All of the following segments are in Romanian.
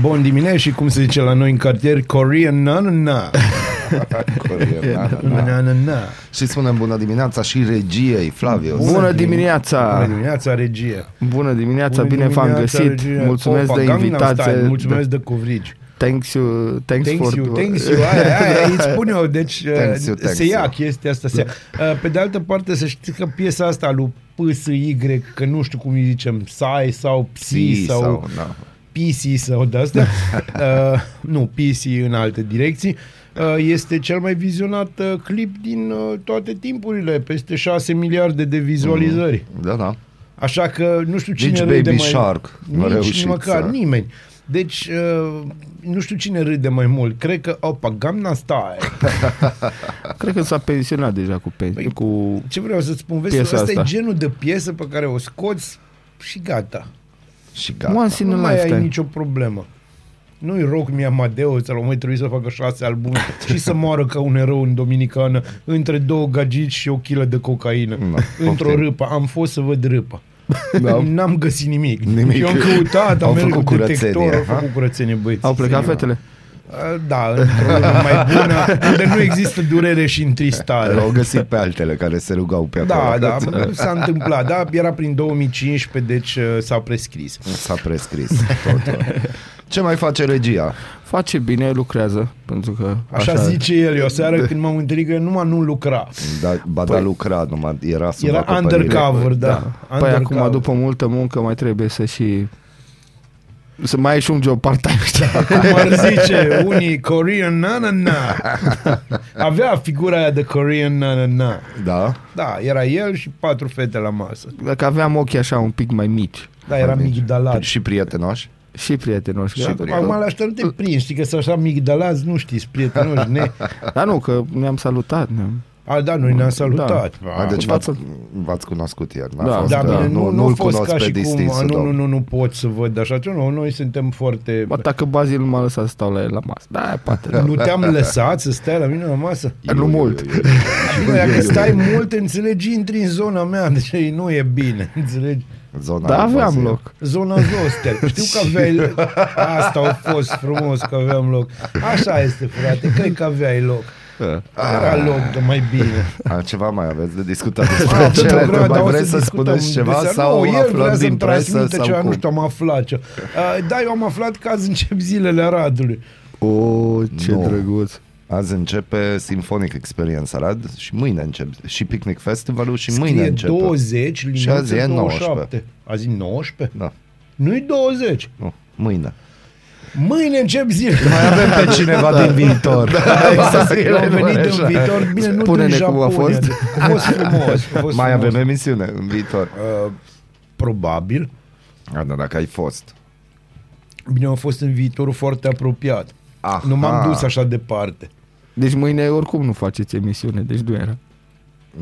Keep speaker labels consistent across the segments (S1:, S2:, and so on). S1: Bun dimineața și cum se zice la noi în cartier, Korean na na na.
S2: Corie, na, na, na.
S1: Na, na, na.
S2: Și spunem bună dimineața și regiei, Flavius.
S3: Bună dimineața!
S1: Bună dimineața, regie!
S3: Bună dimineața,
S1: Bună
S3: bine v-am
S1: dimineața,
S3: găsit.
S1: regie.
S3: Mulțumesc
S1: Opa,
S3: de
S1: Gangnam
S3: invitație.
S1: Style,
S2: Da.
S1: Mulțumesc de covrigi.
S3: Thanks you, thanks,
S1: Thanks
S3: for
S1: you, thanks you, aia, aia, îți spun eu, deci uh,
S2: Thanks you, thanks
S1: se ia
S2: you.
S1: chestia asta. Se ia. Uh, Pe de altă parte, să știi că piesa asta lui PSY, că nu știu cum îi zicem, Sai sau Psi sau, sau da.
S2: na.
S1: PC sau de astea, uh, nu, PC în alte direcții, uh, este cel mai vizionat uh, clip din uh, toate timpurile, peste 6 miliarde de vizualizări.
S2: Da, da.
S1: Așa că nu știu cine
S2: Nici
S1: râde
S2: Deci, Baby
S1: mai...
S2: Shark nu a
S1: Nici
S2: reușit
S1: măcar
S2: să-
S1: nimeni. Deci, uh, nu știu cine râde mai mult. Cred că, opa, Gamna Style.
S3: Cred că s-a pensionat deja cu, pen,
S1: Păi,
S3: cu
S1: Ce vreau să spun? Vezi,
S3: Piesa
S1: asta, asta e
S3: asta.
S1: genul de piesă pe care o scoți și gata.
S2: Și
S3: da,
S2: gata.
S3: Once in
S1: nu
S3: a
S1: mai ai
S3: Lifetime.
S1: nicio problemă. Nu-i rog mi Amadeo, să mai trebuie să facă șase albume și să moară ca un erou în Dominicană între două gagici și o kilă de cocaină.
S2: No,
S1: într-o
S2: poftim.
S1: râpă. Am fost să văd râpa.
S2: Da.
S1: N-am găsit nimic.
S2: Nimic.
S1: Eu am căutat, am
S2: Au
S1: mers
S2: făcut
S1: cu detector,
S2: curățenie,
S1: au făcut
S2: ha?
S1: curățenie, băieți.
S3: Au plecat fetele?
S1: Da, într-o lume mai bună, unde nu există durere și întristare.
S2: L-au găsit pe altele care se rugau pe
S1: Da,
S2: acolo.
S1: da, s-a întâmplat. Da, era prin 2015, deci uh, s-a prescris.
S2: S-a prescris totul. Ce mai face regia?
S3: Face bine, lucrează, pentru că
S1: Așa, Așa zice el. Eu seară când m-am întâlnit că el numai nu lucra.
S2: Da, ba da lucra, numai era sub
S1: Păi- Era
S2: acoperire.
S1: undercover, da.
S3: Da. Păi
S1: Undercover.
S3: acum, după multă muncă, mai trebuie să și... Să mai ai și un job part-time, știi?
S1: Cum ar zice unii Korean na na na. Avea figura aia de Korean na na na.
S2: Da?
S1: Da, era el și patru fete la masă.
S3: Dacă aveam ochii așa un pic mai mici
S1: Da, era
S2: Deci,
S1: migdalat.
S2: Și prietenoși?
S3: și adică- prietenoși.
S2: Și
S3: Și
S2: prietenoși.
S1: Acum la asta nu te prinzi, știi că să așa migdalați, nu știi, prietenoși, ne...
S3: Dar nu, că ne-am salutat. Ne-am...
S1: A, da, noi ne-am salutat. Da,
S2: A, deci
S3: da.
S2: v-ați, v-ați cunoscut ieri. N-a
S3: Da.
S2: fost,
S1: da,
S3: asta-
S1: bine, nu, nu, nu
S2: l
S1: fost
S2: cunosc
S1: ca
S2: pe
S1: și cum, a,
S2: distinsul,
S1: nu, nu,
S2: domn.
S1: nu, nu pot să văd așa ceva, nu, noi suntem foarte...
S3: Ba, dacă bazil nu m-a lăsat să stau la el la masă. Da, poate.
S1: Nu te-am lăsat să stai la mine la masă?
S3: nu
S2: Iu, iu,
S3: mult.
S2: iu, iu.
S1: Bine, dacă stai mult, înțelegi, intri în zona mea, deci nu e bine, înțelegi?
S2: Zona
S3: Da, aveam
S2: Bazil.
S3: loc.
S1: Zona Zoster. Știu că aveai... Asta a fost frumos că aveam loc. Așa este, frate, cred că aveai loc.
S2: Da. Ah.
S1: Era loc de mai bine.
S2: Altceva mai aveți de discutat despre ce?
S1: Domnul Grada,
S2: Mai
S1: o
S2: vreți să
S1: Da, discutăm
S2: spuneți ceva
S1: despre-
S2: sau
S1: nu, el vrea
S2: aflăm
S1: să-mi
S2: din presă
S1: transmită
S2: sau
S1: ceva, nu știu,
S2: cum?
S1: am aflat ce. Uh, da, eu am aflat că azi încep zilele Aradului.
S3: O,
S1: Oh,
S3: ce
S2: Nu.
S3: drăguț.
S2: Azi începe Symphonic Experience Arad și mâine începe și Picnic Festivalul și
S1: Scrie
S2: mâine începe.
S1: 20,
S2: Și azi
S1: liniuță
S2: e
S1: 27. Azi e 19?
S2: Da,
S1: Nu-i 20.
S2: nu, mâine.
S1: Mâine încep zile.
S2: Mai avem pe cineva din viitor. Da,
S1: Eu am venit în viitor, bine, nu din
S3: Spune-ne cum
S1: Japonia.
S3: a fost.
S1: adică A fost frumos. A fost
S2: Mai
S1: frumos.
S2: avem emisiune în viitor.
S1: Uh, probabil.
S2: A, da, dacă ai fost.
S1: Bine, am fost în viitorul foarte apropiat.
S2: Aha.
S1: Nu m-am dus așa departe.
S3: Deci mâine oricum nu faceți emisiune, deci nu era.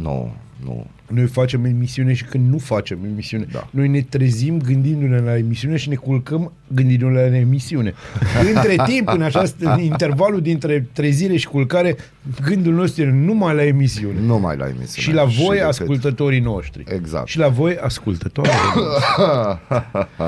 S2: Nu, nu.
S1: Noi facem emisiune și când nu facem emisiune.
S2: Da.
S1: Noi ne trezim gândindu-ne la emisiune și ne culcăm gândindu-ne la emisiune. Între timp, în această intervalul dintre trezire și culcare, gândul nostru e numai la emisiune.
S2: Nu mai la emisiune.
S1: Și la voi,
S2: decât-
S1: ascultătorii noștri.
S2: Exact.
S1: Și la voi, ascultătoarele noastre.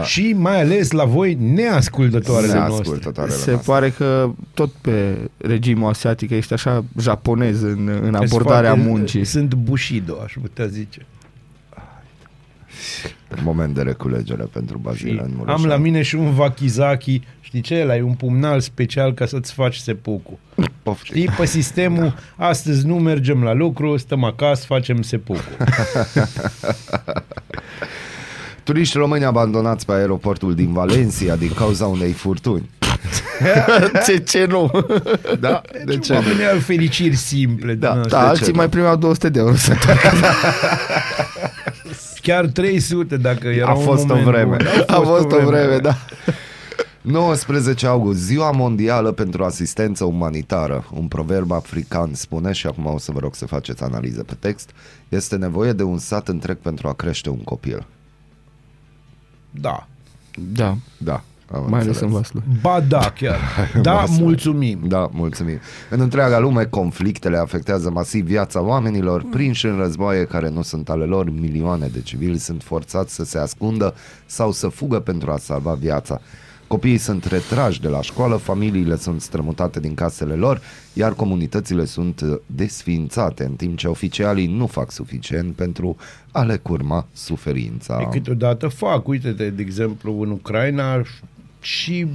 S1: și mai ales la voi, neascultătoarele noastre.
S2: Neascultătoarele
S3: Se
S2: noastre.
S3: pare că tot pe regimul asiatic ești așa japonez în, în abordarea
S1: Sunt-
S3: muncii.
S1: Sunt bușido, aș putea zice.
S2: Moment de reculegere pentru Bazil în Mureșan.
S1: Am la mine și un wakizaki, știi ce? Ăla e un pumnal special ca să-ți faci sepucu.
S2: Poftim.
S1: Știi? Pe sistemul,
S2: Da.
S1: astăzi nu mergem la lucru, stăm acasă, facem sepucu.
S2: Turiști români abandonați pe aeroportul din Valencia din cauza unei furtuni.
S3: ce, ce nu?
S2: Da? De ce? nu?
S1: Deci, Oamenii au fericiri simple. din
S2: Da,
S1: astea.
S3: Da,
S2: ce
S3: alții
S2: nu?
S3: mai primeau 200 de euro. să întoarcă.
S1: Chiar 300 dacă era
S2: A fost
S1: un
S2: o
S1: moment
S2: vreme.
S1: bun.
S3: A fost o vreme, da.
S2: 19 august, ziua mondială pentru asistență umanitară. Un proverb african spune, și acum o să vă rog să faceți analiză pe text, este nevoie de un sat întreg pentru a crește un copil.
S1: Da.
S3: Da,
S2: Da, am
S3: mai ales
S2: înțeles.
S3: în Vaslui.
S1: Ba da, chiar. Da,
S2: Vasile.
S1: mulțumim.
S2: Da, mulțumim. În întreaga lume, conflictele afectează masiv viața oamenilor, prinși în războaie care nu sunt ale lor, milioane de civili sunt forțați să se ascundă sau să fugă pentru a salva viața. Copiii sunt retrași de la școală, familiile sunt strămutate din casele lor, iar comunitățile sunt uh, desființate, în timp ce oficialii nu fac suficient pentru a le curma suferința.
S1: Pe Câteodată fac, uite-te, de exemplu, în Ucraina și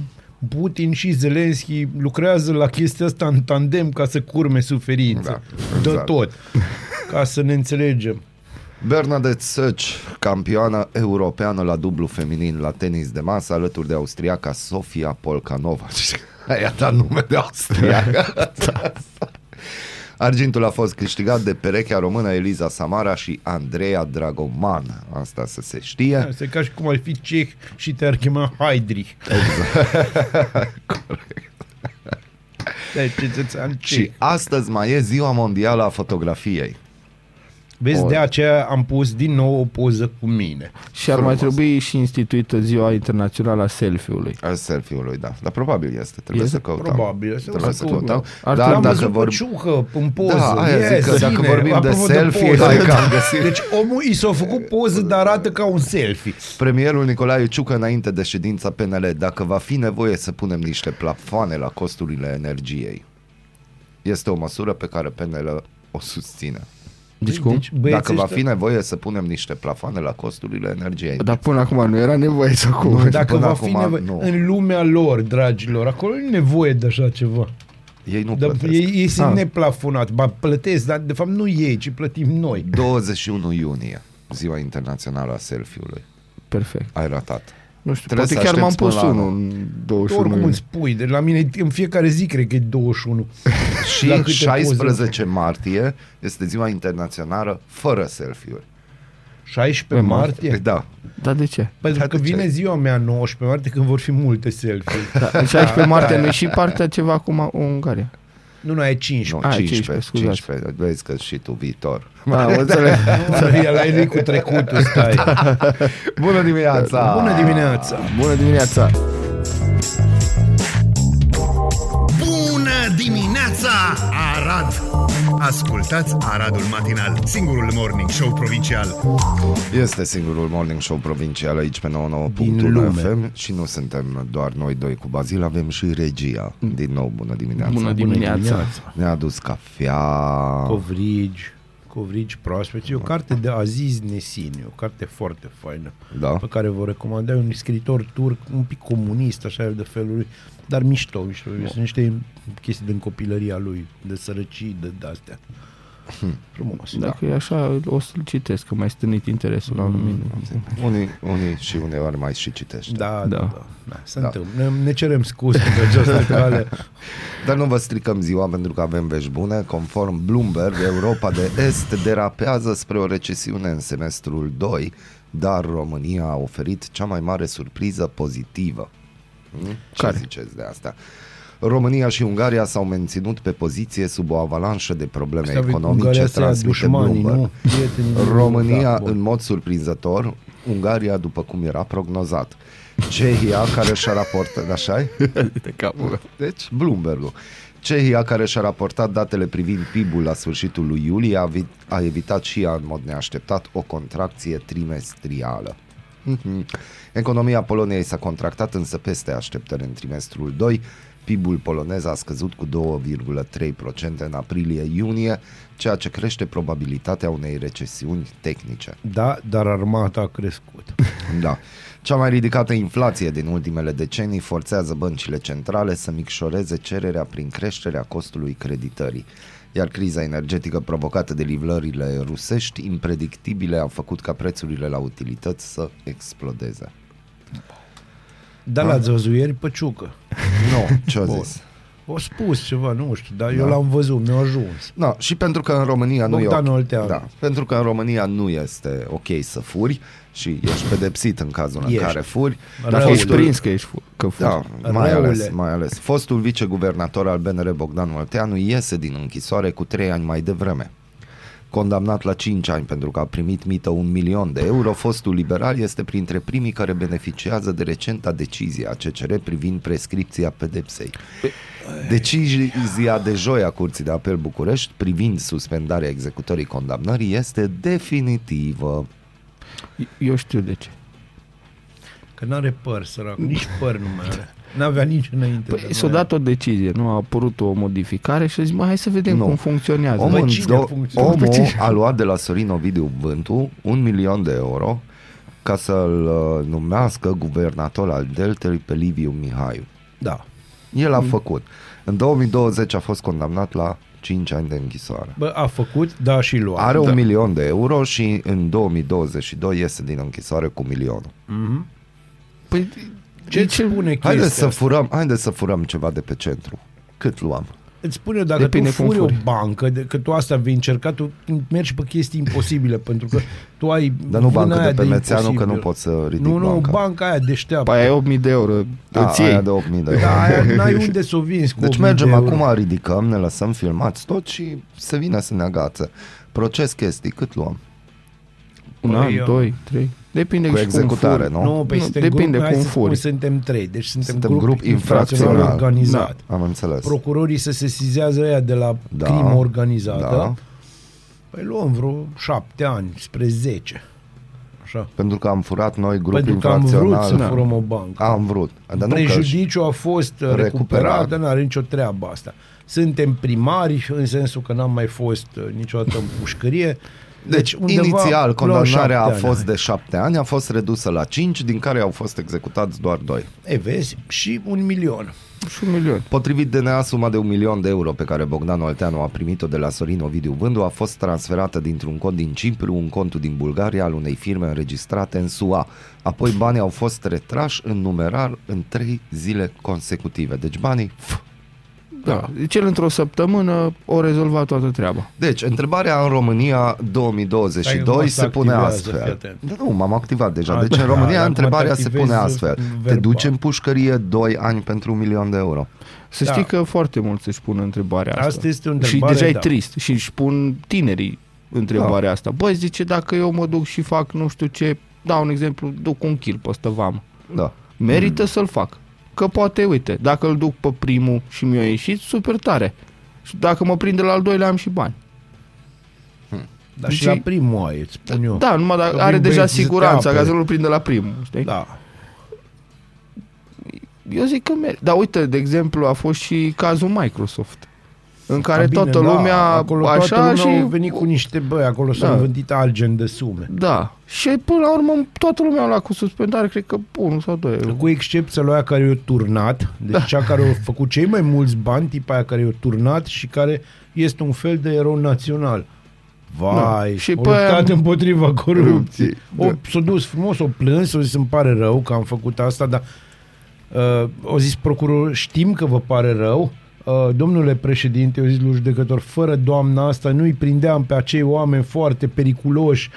S1: Putin și Zelenski lucrează la chestia asta în tandem ca să curme suferința.
S2: Da,
S1: Da,
S2: exact.
S1: De tot. Ca să ne înțelegem.
S2: Bernadette Săci, campioană europeană la dublu feminin la tenis de masă, alături de austriaca Sofia Polkanova. Aia dat nume de austriacă.
S1: Da.
S2: Argintul a fost câștigat de perechea română Eliza Samara și Andreea Dragoman. Asta să se știe.
S1: Este ca și cum ar fi ceh și te-ar chema Haidrich.
S2: Exact.
S1: Corect. Deci, cetățean ceh.
S2: Și astăzi mai e ziua mondială a fotografiei.
S1: Vezi,
S3: Or-
S1: de aceea am pus din nou o poză cu mine.
S3: Și ar mai trebui și instituită ziua internațională a selfie-ului.
S2: A selfie-ului, da. Dar probabil este. Trebuie
S3: Este?
S2: să căutăm.
S1: Probabil. Să
S2: Trebuie să căutăm.
S3: Ar
S2: Dar
S3: trebui
S2: dacă
S1: dacă
S2: vorbim...
S1: ciucă în poză.
S2: Da, aia zic că
S1: Yes,
S2: dacă
S1: bine.
S2: vorbim de
S1: Apropo
S2: selfie,
S1: poze,
S2: hai că am găsit.
S1: Deci omul i s-a făcut poză, dar arată ca un selfie.
S2: Premierul Nicolae Ciucă înainte de ședința PNL dacă va fi nevoie să punem niște plafoane la costurile energiei. Este o măsură pe care PNL o susține.
S3: Deci cum? Deci,
S2: Dacă
S1: băieții
S2: va
S1: ăștia- Da.
S2: fi nevoie să punem niște plafoane la costurile energiei.
S3: Dar până acum nu era nevoie să acum.
S1: Dacă
S2: până
S1: va fi
S2: acum,
S1: nevoie,
S2: nu.
S1: în lumea lor, dragilor, acolo nu e nevoie de așa ceva.
S2: Ei nu
S1: Dar
S2: plătesc.
S1: Da, ei, ei sunt
S3: Ah.
S1: neplafonați. Ba, plătesc, dar de fapt nu ei, ci plătim noi.
S2: 21 iunie, ziua internațională a selfie-ului.
S3: Perfect.
S2: Ai ratat.
S3: Nu știu,
S2: Trebuie
S3: poate
S2: să
S3: chiar m-am
S2: aștepți
S3: pus
S2: până la
S3: unul
S2: anul.
S3: în
S1: Tu
S3: 21
S1: oricum
S3: iunie.
S1: îmi spui, de la mine în fiecare zi cred că e 21. La câte poze?
S2: Și 16 martie este ziua internațională fără selfie-uri.
S1: 16
S3: Mă,
S1: martie?
S2: Da,
S3: Dar de ce?
S1: Pentru că
S2: de ce?
S1: vine ziua mea 19 martie când vor fi multe selfie.
S3: Da, în 16 martie nu e și partea ceva cu Ma- Ungaria.
S1: Nu, nu, e
S2: nu,
S1: 15.
S3: Ah,
S2: 15,
S3: 15, scuzați.
S2: 15, vezi că și tu viitor.
S3: Da, mă înțeleg.
S1: Nu, la el e cu trecutul, stai.
S2: Bună dimineața!
S1: Bună dimineața!
S3: Bună dimineața!
S4: Bună dimineața, Arad! Ascultați Aradul Matinal, singurul morning show provincial.
S2: Este singurul morning show provincial aici pe 99.1
S1: Din lume.
S2: FM și nu suntem doar noi doi cu Bazil, avem și regia. Din nou, bună dimineața.
S3: Bună dimineața!
S2: Ne-a adus cafea.
S1: Covrigi, covrigi proaspeți. E o carte de Aziz Nesin, e o carte foarte faină,
S2: Da.
S1: pe care vă recomandai un scriitor turc, un pic comunist, așa de felul lui, dar mișto, mișto. Sunt niște chestii din copilăria lui, de sărăcii, de de astea.
S2: Hm.
S1: Frumos.
S2: Da.
S1: Da,
S3: Dacă e așa, o să-l citesc, că mai stârnit interesul la mine.
S2: Unii, unii și uneori mai și citești.
S1: Da, da,
S3: Da.
S1: da. da. Se da. întâmplă. Ne, ne cerem scuze pe această cale.
S2: Dar nu vă stricăm ziua pentru că avem vești bune. Conform Bloomberg, Europa de Est derapează spre o recesiune în semestrul 2, dar România a oferit cea mai mare surpriză pozitivă. Mm? Ce
S3: Care?
S2: ziceți de asta? România și Ungaria s-au menținut pe poziție sub o avalanșă de probleme
S1: Stai, Ungaria
S2: economice
S1: să ia
S2: transmite
S1: dușmanii,
S2: Bloomberg.
S1: nu? Prietenii
S2: România,
S1: Da, bun.
S2: în mod surprinzător, Ungaria, după cum era prognozat. Cehia, care și-a raportat, așa
S3: De capul.
S2: deci, Bloomberg. Cehia, care și-a raportat datele privind PIB-ul la sfârșitul lui iulie, a, vi- a evitat și ea, în mod neașteptat, o contracție trimestrială. Mhm. Economia Poloniei s-a contractat însă peste așteptări în trimestrul 2. PIB-ul polonez a scăzut cu 2,3% în aprilie-iunie, ceea ce crește probabilitatea unei recesiuni tehnice.
S1: Da, dar armata a crescut.
S2: Da. Cea mai ridicată inflație din ultimele decenii forțează băncile centrale să micșoreze cererea prin creșterea costului creditării. Iar criza energetică provocată de livrările rusești impredictibile a făcut ca prețurile la utilități să explodeze.
S1: Da,
S2: Da.
S1: Dar l-ați văzut ieri pe Ciucă.
S2: Nu, ce a zis?
S1: O spus ceva, nu știu, dar da. eu l-am văzut, mi-a ajuns.
S2: Da, și pentru că în România nu
S1: Bogdan
S2: e ok-
S1: Olteanu.
S2: da, pentru că în România nu este ok să furi și ești pedepsit în cazul
S1: Ești.
S2: în care furi.
S1: Dacă
S3: Dacă
S1: Rău,
S3: ești
S1: da.
S2: fostul-
S3: prins că ești fu- că furi.
S2: Da, mai
S1: Răule.
S2: ales, mai ales. Fostul viceguvernator al BNR Bogdan Olteanu iese din închisoare cu 3 ani mai devreme. Condamnat la 5 ani pentru că a primit mită un milion de euro, fostul liberal este printre primii care beneficiază de recenta decizie a CCR privind prescripția pedepsei. Decizia de joi a Curții de Apel București privind suspendarea executării condamnării este definitivă.
S3: Eu știu de ce.
S1: Că n-are păr, sărac, nici păr nu mai are. N-avea nici înainte. de
S3: Păi
S1: noi.
S3: s-a dat o decizie, nu a apărut o modificare și a zis, mai hai să vedem
S2: Nu.
S3: cum funcționează. Păi
S1: Bă,
S2: Omul,
S1: cine
S2: do-
S1: funcționează?
S2: omul
S1: Pe cine?
S2: a luat de la Sorin Ovidiu Vântu un milion de euro ca să-l uh, numească guvernator al Deltei pe Liviu Mihaiu.
S1: Da.
S2: El a făcut. În 2020 a fost condamnat la 5 ani de închisoare.
S1: Bă, a făcut, da și lua.
S2: Are
S1: da.
S2: un milion de euro și în 2022 iese din închisoare cu milionul.
S3: Păi,
S1: Ce îți spune chestia
S2: Haideți Deci, să
S1: asta?
S2: furăm, haideți să furăm ceva de pe centru. Cât luam?
S1: Îți spun eu, dacă
S3: Depinde
S1: tu
S3: cum
S1: furi o
S3: furi.
S1: bancă, de, că tu asta vei încerca, tu mergi pe chestii imposibile, pentru că tu ai
S2: Dar nu
S1: vâna
S2: bancă
S1: aia
S2: de pe Mețeanu, că
S1: imposibil.
S2: nu pot să ridic
S1: Nu, nu,
S2: banca.
S1: banca aia deșteaptă.
S3: păi ai 8000 de euro,
S2: da,
S3: îți iei.
S2: aia de 8000 de euro.
S1: Da, aia n-ai unde să o vinzi cu
S2: Deci
S1: 1000
S2: mergem
S1: de euro.
S2: acum, ridicăm, ne lăsăm filmați tot și se vine să ne agață. Proces chestii, cât luăm?
S3: Un
S1: Păi,
S3: an,
S1: eu-
S3: doi, trei. Depinde
S2: Cu
S3: și cum
S2: executare,
S3: furi.
S2: nu?
S1: Nu, păi
S3: Nu,
S1: suntem
S3: depinde
S1: grup, hai
S3: cum
S1: să spun,
S3: furi.
S1: suntem trei, deci suntem,
S2: Suntem grup infracțional. Da,
S1: organizat.
S2: Am înțeles.
S1: Procurorii să se sesizează aia de la
S2: Da.
S1: crimă organizată.
S2: Da.
S1: Păi luăm vreo șapte ani spre zece. Așa.
S2: Pentru că am furat noi grup
S1: Pentru că am
S2: infracțional.
S1: vrut să
S2: Da.
S1: furăm o bancă.
S2: Am vrut. Dar nu că
S1: Prejudiciul a fost uh, recuperat,
S2: recuperat.
S1: dar n-are nicio treabă asta. Suntem primari în sensul că n-am mai fost uh, niciodată în pușcărie.
S2: deci,
S1: undeva
S2: inițial,
S1: luau șapte
S2: condamnarea a
S1: ani.
S2: fost de șapte ani, a fost redusă la cinci, din care au fost executați doar doi.
S1: E, vezi? Și un milion.
S3: Și un milion.
S2: Potrivit DNA, suma de un milion de euro pe care Bogdan Olteanu a primit-o de la Sorin Ovidiu Vându a fost transferată dintr-un cont din Cipru, un cont din Bulgaria al unei firme înregistrate în SUA. Apoi banii au fost retrași în numerar în trei zile consecutive. Deci banii... pf.
S3: Da. Deci el într-o săptămână o rezolva toată treaba.
S2: Deci, întrebarea în România
S1: Stai, mă,
S2: 2022
S1: să
S2: se pune
S1: activează, fii
S2: astfel.
S1: atent.
S2: Da, nu, m-am activat deja.
S1: A,
S2: Deci,
S1: da,
S2: în România,
S1: acum
S2: întrebarea
S1: te
S2: se
S1: activezi
S2: pune astfel. Te
S1: verbal.
S2: duci în pușcărie 2 ani pentru un milion de euro.
S3: Să
S1: Da.
S3: știi că foarte mulți își pun întrebarea asta.
S1: Asta este o întrebare,
S3: Și deja
S1: da.
S3: e trist. Și își pun tinerii întrebarea asta. Băi, zice, dacă eu mă duc și fac nu știu ce, dau un exemplu, duc un kill pe ăsta vamă.
S2: Da.
S3: Merită
S1: Mm.
S3: să-l fac. Că poate, uite, dacă îl duc pe primul și mi-a ieșit, super tare. Și dacă mă prinde la al doilea, am și bani.
S1: Dar și
S3: Deci-
S1: la primul ai, îți spun eu.
S3: Da, numai
S1: Că
S3: dacă are
S1: vin
S3: deja
S1: băieții să te
S3: siguranța,
S1: apere.
S3: ca să nu-l prinde la primul, știi?
S1: păi. Da.
S3: Eu zic că merg. Dar uite, de exemplu, a fost și cazul Microsoft, în care
S1: A, bine,
S3: toată
S1: da,
S3: lumea
S1: acolo
S3: așa
S1: toată lumea
S3: și...
S1: au venit cu niște băi, acolo s-au
S3: Da.
S1: vândit argent de sume.
S3: Da. Și până la urmă toată lumea la cu suspendare, cred că unul sau doi.
S2: Da.
S1: Cu excepția lui aia care i-a turnat, deci da. cea care a făcut cei mai mulți bani, tipa aia care i-a turnat și care este un fel de erou național. Vai,
S3: Da.
S1: și
S3: Și
S1: a
S3: pe aia-
S1: luptat împotriva corupției.
S3: Corupției,
S1: O, S-a dus frumos, o plâns, o zis îmi pare rău că am făcut asta, dar uh, o zis procurorul, știm că vă pare rău, Uh, domnule președinte, eu zis lui judecător, fără doamna asta nu-i prindeam pe acei oameni foarte periculoși.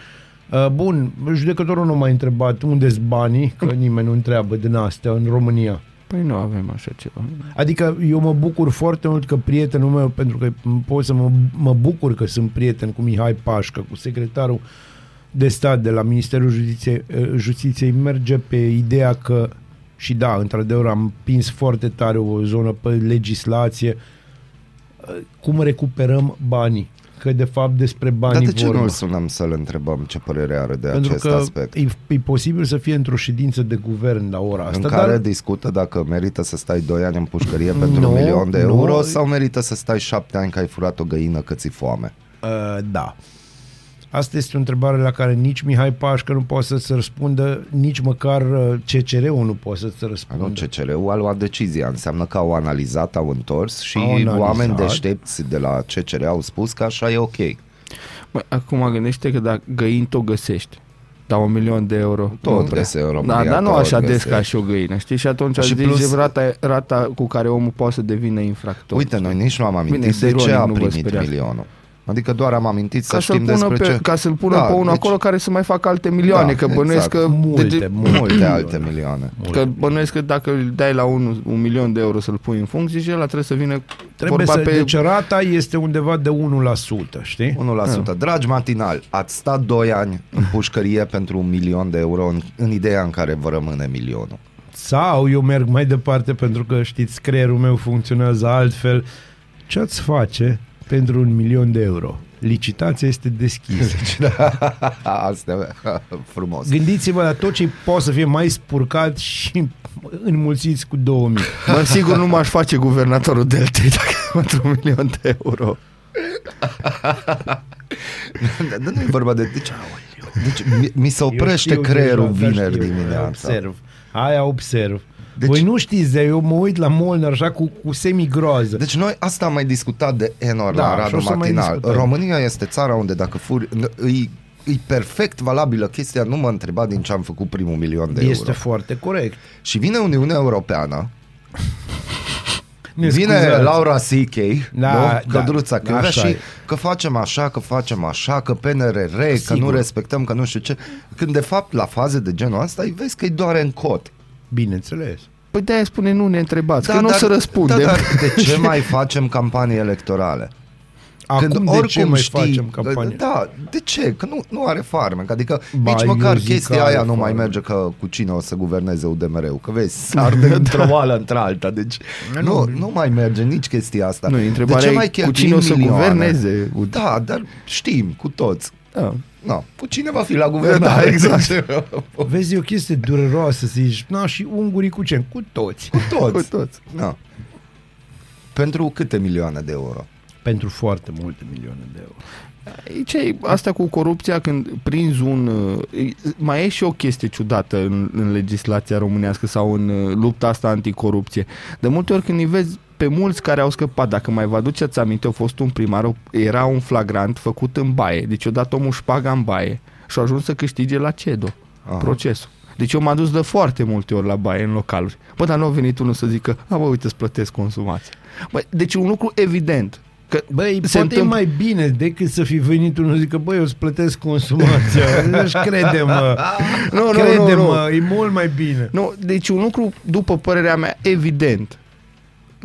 S1: Uh, bun, judecătorul nu m-a întrebat unde-s banii, că nimeni nu întreabă din astea în România.
S3: Păi nu avem așa ceva.
S1: Adică eu mă bucur foarte mult că prietenul meu, pentru că pot să mă, mă bucur că sunt prieten cu Mihai Pașcă, cu secretarul de stat de la Ministerul Justiției, eh, Justiției merge pe ideea că și da, într-adevăr am pins foarte tare o zonă pe legislație eh, cum recuperăm banii că de fapt despre bani
S2: Dar de ce nu-l sunăm să-l întrebăm ce părere are de
S1: pentru
S2: acest
S1: că
S2: aspect?
S1: e, e posibil să fie într-o ședință de guvern la ora asta
S2: În care
S1: dar
S2: discută dacă merită să stai 2 ani în pușcărie pentru
S1: Nu,
S2: un milion de
S1: nu.
S2: euro sau merită să stai 7 ani că ai furat o găină că ți foame.
S1: Uh, da. Asta este o întrebare la care nici Mihai Pașcă nu poate să-ți răspundă, nici măcar uh, CCR-ul nu poate să-ți
S3: Mm.
S2: Nu,
S1: răspundă.
S2: CCR-ul a luat decizia, înseamnă că au analizat, au întors și
S1: Au analizat.
S2: oameni deștepți de la CCR au spus că așa e ok.
S3: Bă, acum gândește că dacă găini o găsești. Dar un milion de euro.
S2: Tot
S3: Nu?
S2: găseai în România,
S3: Da, dar nu
S2: tot
S3: așa des
S2: găseai.
S3: ca și o găină, știi? Și atunci
S2: Și
S3: și zici
S2: plus-
S3: plus... rata, rata cu care omul poate să devină infractor.
S2: Uite, noi nici nu am amintit
S3: Bine, este
S2: de ce
S3: ironic,
S2: a
S3: nu vă
S2: primit
S3: speriați.
S2: milionul. Adică doar am amintit să
S3: ca să-l
S2: știm
S3: pună,
S2: despre
S3: pe,
S2: ce...
S3: ca să-l pună
S2: Da,
S3: da, pe unul
S2: deci-
S3: deci... acolo care să mai facă alte milioane,
S2: Da,
S3: da, că bănuiesc
S2: exact.
S3: că...
S1: Multe,
S3: de-
S2: Multe alte milioane.
S3: Că bănuiesc că dacă îl dai la un, un milion de euro să-l pui în funcție și ăla trebuie să vină
S1: Trebuie
S3: vorba
S1: să,
S3: pe...
S1: Deci rata este undeva de 1%, știi? Ah.
S2: 1%. Dragi matinal, ați stat 2 ani în pușcărie pentru un milion de euro în, în ideea în care vă rămâne milionul.
S1: Sau eu merg mai departe pentru că, știți, creierul meu funcționează altfel. Ce ați face pentru un milion de euro? Licitația este deschisă.
S2: Asta frumos.
S1: Gândiți-vă la tot ce poate să fie mai spurcat și înmulțiți cu 2000.
S3: Bă, sigur nu m-aș face guvernatorul Deltei dacă pentru un milion de euro.
S2: Dar nu e vorba de... Deci, deci mi, mi se
S1: Eu
S2: oprește
S1: știu
S2: creierul
S1: deja, dar
S2: vineri
S1: știu,
S2: dimineața.
S1: Observ. Aia observ.
S2: Deci-
S1: Deci... Voi nu știți, dar eu mă uit la Molnar așa cu, cu semigroază.
S2: Deci noi asta am mai discutat de Enor
S1: Da,
S2: la
S1: și
S2: Radu
S1: o să mai
S2: Matinal.
S1: discutăm.
S2: România este țara unde dacă furi... n- Îi, îi perfect valabilă chestia, nu mă întreba din ce am făcut primul milion de
S1: este
S2: euro.
S1: foarte corect.
S2: Și vine Uniunea Europeană,
S1: Ne
S2: vine
S1: scuzați.
S2: Laura C.K.,
S1: Da,
S2: da,
S1: da,
S2: cădruța da,
S1: așa
S2: și
S1: e.
S2: că facem așa, că facem așa, că PNRR, că nu
S1: Sigur.
S2: respectăm, că nu știu ce. Când de fapt la faze de genul ăsta îi vezi că îi doare în cot.
S1: Bineînțeles.
S3: Păi de-aia spune nu ne întrebați, da, că nu o să răspundem.
S2: Da, dar de ce mai facem campanii electorale?
S1: Acum
S2: Când
S1: de
S2: oricum
S1: ce mai
S2: știi,
S1: facem campanie?
S2: Da, de ce? Că nu, nu are farmec. Adică
S1: Ba,
S2: nici
S1: eu
S2: măcar
S1: zic că
S2: chestia
S1: are
S2: aia nu mai
S1: farmec.
S2: merge că cu cine o să guverneze UDMR-ul. Că vezi, s-ar de
S3: Da.
S2: într-o oală într-alta. Deci nu, nu mai merge nici chestia asta.
S3: Nu, întrebarea
S2: de ce
S3: e
S2: mai
S3: cu
S2: cheltuim
S3: cine o să
S2: milioane?
S3: guverneze UD-?
S2: Da, dar știm cu toți.
S3: da.
S2: No, cu cine va fi la guvernare?
S3: Da, exact.
S2: da.
S1: Vezi, e o chestie dureroasă să zici, na, și ungurii cu ce? Cu toți.
S2: Cu toți.
S3: Cu toți.
S2: No. Pentru câte milioane de euro?
S1: Pentru foarte multe milioane de euro.
S3: ce asta cu corupția când prinzi un... uh, Mai e și o chestie ciudată în, în legislația românească sau în uh, lupta asta anticorupție. De multe ori când îi vezi pe mulți care au scăpat, dacă mai vă aduceți aminte, a fost un primar, era un flagrant făcut în baie. Deci eu dat omul șpaga în baie și a ajuns să câștige la CEDO
S2: Aha.
S3: procesul. Deci eu m-am dus de foarte multe ori la baie în localuri. Bă, dar nu a venit unul să zică, a, bă, uite, îți plătesc consumația. Bă, deci un lucru evident. Că
S1: Băi,
S3: se
S1: poate
S3: întâmplă...
S1: e mai bine decât să fi venit unul și zică, băi, eu îți plătesc consumația. Deci crede-mă,
S3: Nu, nu, nu,
S1: crede-mă, e mult mai bine.
S3: uh, Nu, deci un lucru, după părerea mea, evident.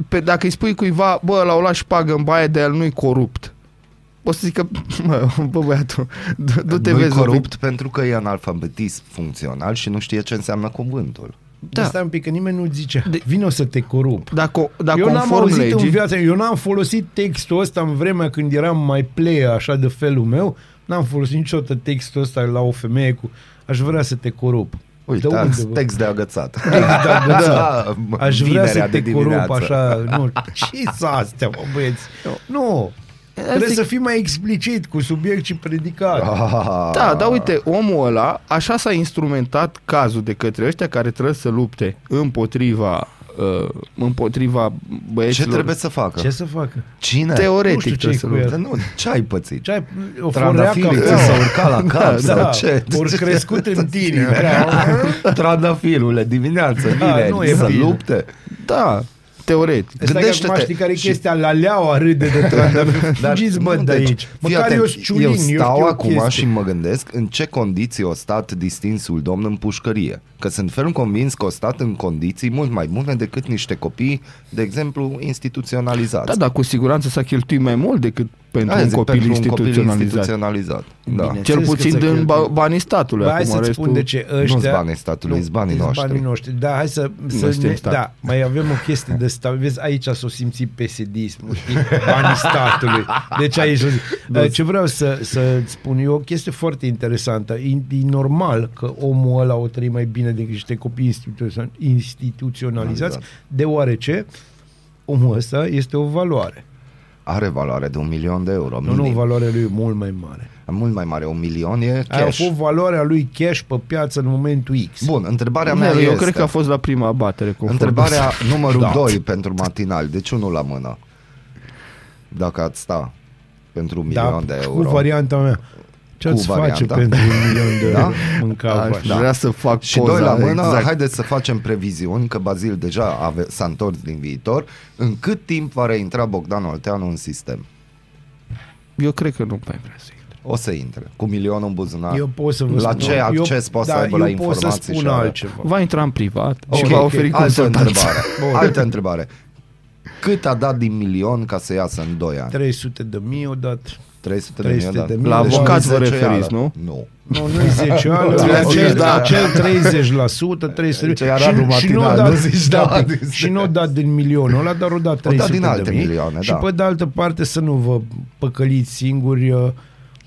S3: Pe, dacă îi spui cuiva, bă, l-au luat și pagă în baie, de el nu-i corupt. O să zică, mă, bă, băiatul, du- du-te
S2: Nu-i
S3: vezi.
S2: corupt pentru că e analfabetism funcțional și nu știe ce înseamnă cuvântul.
S1: Da. Stai un pic, că nimeni nu zice, de... vino să te corup.
S3: Dacă, dacă
S1: eu n-am
S3: conform
S1: auzit
S3: legii,
S1: în viața, eu n-am folosit textul ăsta în vremea când eram mai play așa de felul meu, n-am folosit niciodată textul ăsta la o femeie cu aș vrea să te corup. de
S2: Uite,
S1: unde,
S2: text,
S1: bă?
S2: text de agățat.
S1: da, da,
S2: Da,
S1: da.
S2: mă,
S1: Aș vrea
S2: vinerea
S1: să
S2: de
S1: te corup
S2: dimineață.
S1: așa. Nu, ce astea, mă, băieți? Nu. Trebuie
S3: zic-
S1: să fii mai explicit cu subiect și predicat.
S2: Ah,
S3: Da, dar uite, omul ăla, așa s-a instrumentat cazul de către ăștia care trebuie să lupte împotriva uh, împotriva
S2: ce
S3: băieților.
S2: trebuie să facă?
S1: Deci Ce să facă?
S2: Cine?
S1: Nu știu
S3: Teoretic
S1: ce
S3: trebuie
S1: e
S3: să
S1: cu
S3: lupte.
S1: el.
S2: Dar Nu, ce ai pățit?
S1: Ce ai, o
S2: Trandafirii
S1: forea
S2: ți
S1: ca
S2: s-au urcat la cap sau ce?
S1: Ori Da, crescut în tine. Da,
S2: Trandafirule, dimineață, vineri,
S1: nu e
S2: să
S1: bine.
S2: lupte.
S3: Da, teoretic.
S2: Exact.
S1: Gândește-te. Acum
S2: Gândește-te.
S1: știi care e
S2: Și-
S1: chestia? La leaua râde de trandafiri. Fugiți, bă,
S2: nu,
S1: de
S2: deci,
S1: aici.
S2: fii
S1: Măcar
S2: atent,
S1: eu sunt ciulin,
S2: eu
S1: eu
S2: stau
S1: știu
S2: acum
S1: chestii.
S2: și mă gândesc în ce condiții o stat distinsul domn în pușcărie. Că sunt ferm convins că o stat în condiții mult mai bune decât niște copii, de exemplu, instituționalizați.
S3: Da, dar cu siguranță s-a cheltuit mai mult decât pentru
S2: Aia
S3: un
S2: zic,
S3: copil
S2: pentru un copil
S3: instituționalizat.
S2: instituționalizat. Da.
S1: Bine.
S3: Cel
S1: Bineînțeles că
S3: puțin
S1: se
S3: din ba-
S1: cheltuie.
S3: banii statului.
S1: Bă,
S3: acum,
S1: hai să-ți
S3: restul...
S1: spun de ce ăștia...
S2: Nu-s banii statului,
S1: Nu,
S2: sunt banii
S1: sunt
S2: noștri.
S1: banii noștri. Da, hai să... să
S3: suntem
S1: ne,
S3: stat.
S1: da, mai avem o chestie de stat. Vezi, aici s-o simți pesedismul, știi? Banii statului. Deci aici...
S2: Da.
S1: Ce vreau să, să spun eu, o chestie foarte interesantă. E, e normal că omul ăla o trăi mai bine decât niște copii instituțio- instituționalizați,
S2: Exact.
S1: deoarece omul ăsta este o valoare.
S2: Are valoare de un milion de euro.
S1: Nu, nu,
S2: minim.
S1: valoarea lui e mult mai mare.
S2: Mult mai mare, un milion e
S1: Aia a
S2: cash.
S1: fost valoarea lui cash pe piață în momentul X.
S2: Bun, întrebarea mea
S3: Eu
S2: este...
S3: cred că a fost la prima abatere. conform
S2: Întrebarea
S3: cu-
S2: numărul
S3: Da.
S2: 2 pentru matinal. Deci unul la mână. Dacă ați sta pentru un milion de
S1: Da, Cu
S2: euro.
S1: varianta mea. Ce ați
S2: cu
S1: face
S2: varianta.
S1: pentru un milion de
S2: Da?
S1: da? mâncare?
S3: Aș
S1: faci?
S3: da. vrea să fac
S2: Și
S3: poza
S2: doi la mână,
S3: exact.
S2: exact. haideți să facem previziuni, că Bazil deja ave- s-a întors din viitor. În cât timp va reintra Bogdan Olteanu în sistem?
S3: Eu cred că nu mai vrea să intre.
S2: O să intre, cu milionul în buzunar.
S1: Eu pot să vă
S2: La
S1: spun.
S2: ce acces
S1: eu,
S2: poți să
S1: da,
S2: aibă
S1: eu
S2: la
S1: pot să
S2: informații
S1: spun
S2: și alea?
S1: altceva.
S3: Va intra în privat okay,
S2: Ok,
S3: și va
S2: ok,
S3: oferi okay.
S2: Altă
S3: consultanță.
S2: întrebare. Altă întrebare. Cât a dat din milion ca să iasă în 2 ani?
S1: 300 de mii odată.
S2: 300 de
S1: 300
S2: milioane.
S1: de mii.
S3: La
S1: Deci
S3: avocat vă
S2: nu-i zece
S3: referiți,
S2: ani.
S3: nu?
S2: Nu.
S1: Nu, nu-i 10 ani,
S2: Da,
S1: da, cel,
S2: da.
S1: da. cel 30%, 300
S2: Ce era Radu
S1: și nu
S2: Matinal,
S1: o
S2: nu
S1: dat,
S2: zici,
S1: da,
S2: da,
S1: pe-
S2: zici.
S1: și nu o dat din milionul ăla, dar o dat 300
S2: din alte
S1: de mii.
S2: milioane,
S1: și
S2: da.
S1: pe de altă parte să nu vă păcăliți singuri, uh,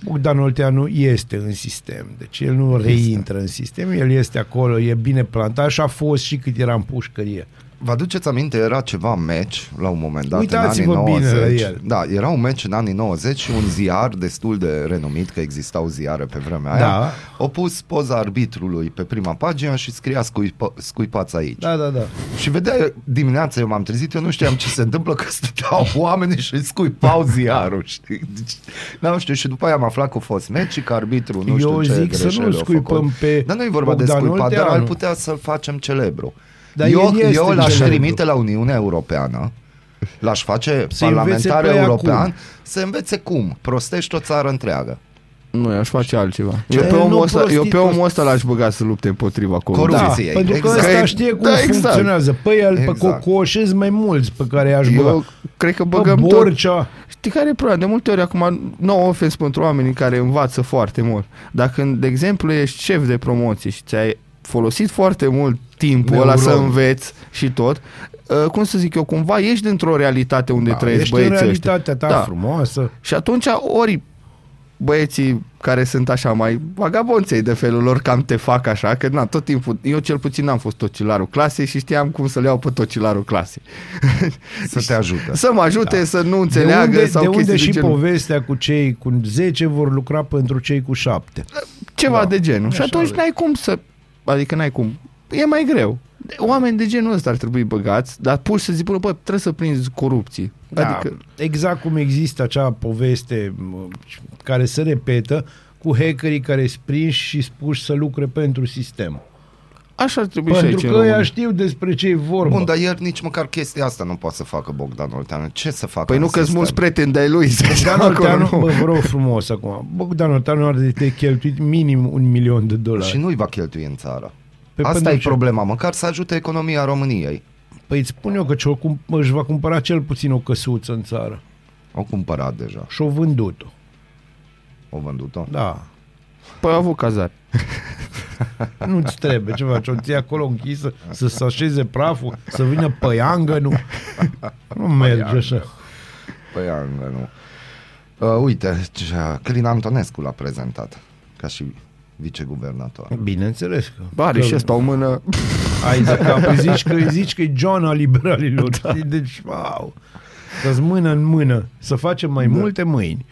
S1: Bogdan Olteanu este în sistem, deci el nu reintră în sistem, el este acolo, e bine plantat și a fost și cât era în pușcărie.
S2: Vă aduceți aminte, era ceva meci la un moment dat
S1: Uitați-vă
S2: în anii
S1: bine la
S2: 90.
S1: el.
S2: Da, era un meci în anii 90 și un ziar destul de renumit, că existau ziare pe vremea aia,
S1: Da.
S2: a pus poza arbitrului pe prima pagină și scria scuipa, scuipați aici.
S1: Da, da, da.
S2: Și vedea dimineața, eu m-am trezit, eu nu știam ce se întâmplă, că stăteau oamenii și îi scuipau ziarul, știi? Deci, nu știu, și după aia am aflat că a fost meci și că arbitru, nu știu
S1: Eu
S2: ce
S1: zic să nu
S2: greșeli a
S1: scuipăm
S2: făcut.
S1: pe
S2: Dar nu e vorba de
S1: Bogdan
S2: scuipat, dar ar
S1: Olteanu.
S2: putea să-l facem celebru.
S1: Dar
S2: eu
S1: el este
S2: eu l-aș
S1: celebru.
S2: trimite la Uniunea Europeană, l-aș face
S1: Să
S2: parlamentar
S1: învețe pe ea
S2: european,
S1: cum.
S2: să învețe cum, prostești o țară întreagă.
S3: Nu, eu aș face altceva. Eu pe,
S1: nu
S3: omul ăsta, eu pe
S1: prostitul-
S3: omul ăsta l-aș băga să lupte împotriva corupției.
S1: Da,
S2: Corupției,
S1: pentru că
S2: exact.
S1: ăsta știe cum
S3: Da,
S1: da,
S3: exact.
S1: funcționează. Pe el,
S2: Exact.
S1: pe cocoș, sunt mai mulți pe care i-aș băga.
S3: Eu cred că
S1: Pe
S3: băgăm tot.
S1: Borcea.
S3: Știi care e problema? De multe ori acum nu ofens pentru oamenii care învață foarte mult. Dacă, de exemplu, ești șef de promoție și ți-ai folosit foarte mult timpul
S2: Neuron.
S3: ăla să înveți și tot, uh, cum să zic eu, cumva ești dintr-o realitate unde da, trăiești
S1: Ești în
S3: băieții
S1: realitatea
S3: ăștia.
S1: ta
S3: Da.
S1: frumoasă.
S3: Și atunci ori băieții care sunt așa mai vagabonței de felul lor cam te fac așa, că na, tot timpul, eu cel puțin n-am fost tocilarul clasei și știam cum să le iau pe tocilarul clasei.
S2: Să te ajute.
S3: să mă ajute da. să nu
S1: De
S3: înțeleagă
S1: unde,
S3: sau
S1: de unde
S3: chestii
S1: și
S3: genul.
S1: povestea cu cei cu 10 vor lucra pentru cei cu 7.
S3: ceva da. de genul. și
S1: Așa
S3: atunci
S1: e.
S3: n-ai cum să... Adică n-ai cum. E mai greu. De- Oameni de genul ăsta ar trebui băgați, dar pur și să zic, bă, trebuie să prinzi corupții. Da. Adică,
S1: Exact cum există acea poveste mă, care se repetă cu hackerii care sunt prinși și spuși să lucre pentru sistem.
S3: așa ar trebui și aici.
S1: Pentru
S3: în
S1: că ea
S3: România.
S1: știu despre ce e vorba.
S2: Bun, dar ieri nici măcar chestia asta nu poate să facă Bogdan Olteanu. Ce să facă
S3: Păi
S2: în
S3: nu că-s
S2: sistem?
S3: mulți prieteni de-ai lui. să
S1: Bogdan
S3: zic acolo,
S1: Olteanu,
S3: nu.
S1: bă, vă rog frumos acum, Bogdan Olteanu are de cheltuit minim un milion de dolari.
S2: Și nu-i va cheltui în țară.
S1: Pe
S2: Asta
S1: pentru
S2: e
S1: ce?
S2: problema, măcar să ajute economia României.
S1: Păi îți spun eu că ce-o cum, își va cumpăra cel puțin o căsuță în țară
S2: Au cumpărat deja,
S1: și-o vândut-o.
S2: au vândut-o.
S1: Da.
S3: Păi a avut cazare.
S1: Nu-ți trebuie ceva, ce-o ții acolo închisă, să se așeze praful, să vină păiangă, nu. Nu merge așa.
S2: Păi angă, nu. Uh, uite, ce- Călin Antonescu l-a prezentat ca și viceguvernator.
S1: Bineînțeles că...
S3: Bă, are
S1: că
S3: și ăsta o mână.
S1: Ai de cap, îi zici că, îi zici că e John al liberalilor. Da. Deci, wow. Să-ți mână în mână, să facem mai da. multe mâini.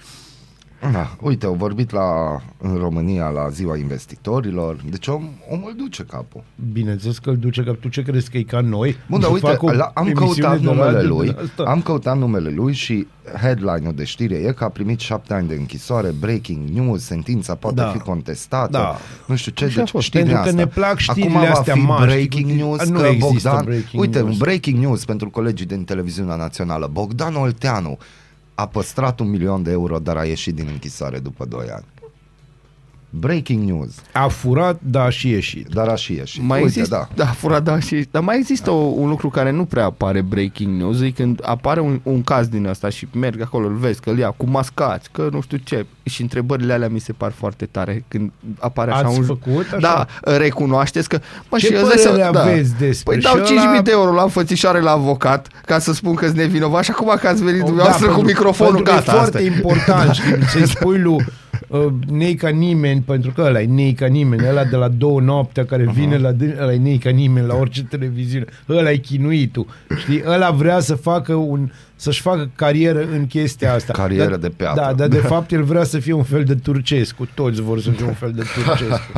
S2: Da, uite, au vorbit la, în România la ziua investitorilor, deci om, omul duce capul.
S1: Bineînțeles că îl duce cap. Tu ce crezi că e ca noi?
S2: Bun, dar
S1: Să
S2: uite,
S1: fac o
S2: la, am
S1: emisiune
S2: căutat
S1: de
S2: numele
S1: radio
S2: lui,
S1: din asta?
S2: am căutat numele lui și headline-ul de știre e că a primit șapte ani de închisoare, breaking news, sentința poate
S1: Da.
S2: fi contestată,
S1: Da.
S2: nu știu ce,
S3: Așa a
S2: deci
S3: fost,
S2: știrile
S1: pentru că
S2: astea.
S1: ne plac știrile
S2: Acum va
S1: astea
S2: fi
S1: mari,
S2: breaking
S1: știi,
S2: news,
S1: nu
S2: că
S1: există
S2: Bogdan,
S1: breaking
S2: uite,
S1: news.
S2: un breaking news pentru colegii din televiziunea națională, Bogdan Olteanu a păstrat un milion de euro, dar a ieșit din închisoare după doi ani. Breaking news,
S1: A furat, da, și ieșit.
S2: dar a și ieșit.
S3: Mai
S2: uite,
S3: există,
S2: da.
S3: da, furat, da, și, dar mai există o, un lucru care nu prea apare breaking news, e când apare un, un caz din asta și merg acolo, îl vezi, că îl ia cu mascați, că nu știu ce. Și întrebările alea mi se par foarte tare când apare așa
S1: Ați
S3: un...
S1: făcut așa?
S3: Da, recunoașteți că... Mă,
S1: Ce
S3: și eu zic
S1: părere
S3: da.
S1: aveți despre
S3: Păi dau
S1: și ăla-
S3: 5.000 de euro la înfățișare la avocat ca să spun că-s nevinovat și acum că ați venit
S1: Da,
S3: dumneavoastră cu
S1: pentru-
S3: microfonul,
S1: pentru că
S3: gata,
S1: e
S3: asta
S1: foarte important știi, să-i spui lui uh, nei ca nimeni, pentru că ăla e nei ca nimeni, ăla de la două noaptea care vine la dân- ăla e nei ca nimeni la orice televiziune, ăla e chinuitul, știi, ăla vrea să facă un să-și facă carieră în chestia asta.
S2: Carieră
S1: dar,
S2: de piatră.
S1: Da, dar de fapt el vrea să fie un fel de turcescu, toți vor să fie un fel de turcescu.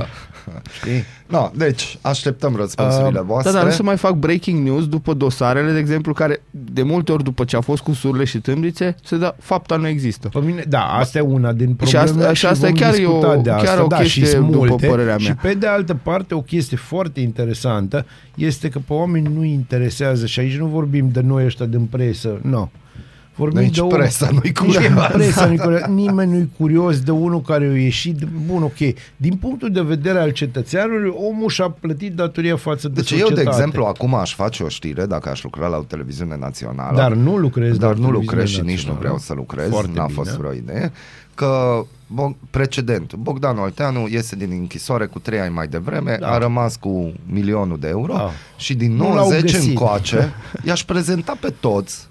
S2: No, deci, așteptăm răspunsurile
S1: Uh,
S2: voastre.
S3: Da, dar nu se mai fac breaking news după dosarele, de exemplu, care de multe ori după ce a fost cu surle și tâmbrițe, se da, fapta nu există.
S1: Pe mine, da, asta e una din
S3: Și
S1: probleme
S3: asta- și asta
S1: vom
S3: chiar e o-
S1: discuta de
S3: chiar
S1: asta.
S3: o
S1: da,
S3: chestie,
S1: și sunt
S3: după
S1: multe.
S3: părerea
S1: Și
S3: mea.
S1: pe de altă parte, o chestie foarte interesantă este că pe oameni nu interesează și aici nu vorbim de noi ăștia din presă, nu. No. Vorbim
S2: Nici
S1: de un-
S2: presa nu-i
S1: nici
S2: curioasă.
S1: presa nu-i curioasă. Nimeni nu-i curios de unul care a ieșit. Bun, ok. Din punctul de vedere al cetățeanului, omul și-a plătit datoria față de
S2: Deci eu,
S1: societate.
S2: de exemplu, acum aș face o știre dacă aș lucra la o televiziune națională.
S1: Dar nu lucrez la
S2: Dar nu
S1: televiziune
S2: lucrez și nici nu
S1: națională.
S2: vreau să lucrez.
S1: Foarte
S2: N-a
S1: bine.
S2: fost vreo idee. Că Bog- precedent, Bogdan Olteanu iese din închisoare cu trei ani mai devreme, da. a rămas cu milionul de euro
S1: Da.
S2: da. și din
S1: Nu l-au
S2: 90
S1: găsit.
S2: încoace i-aș prezenta pe toți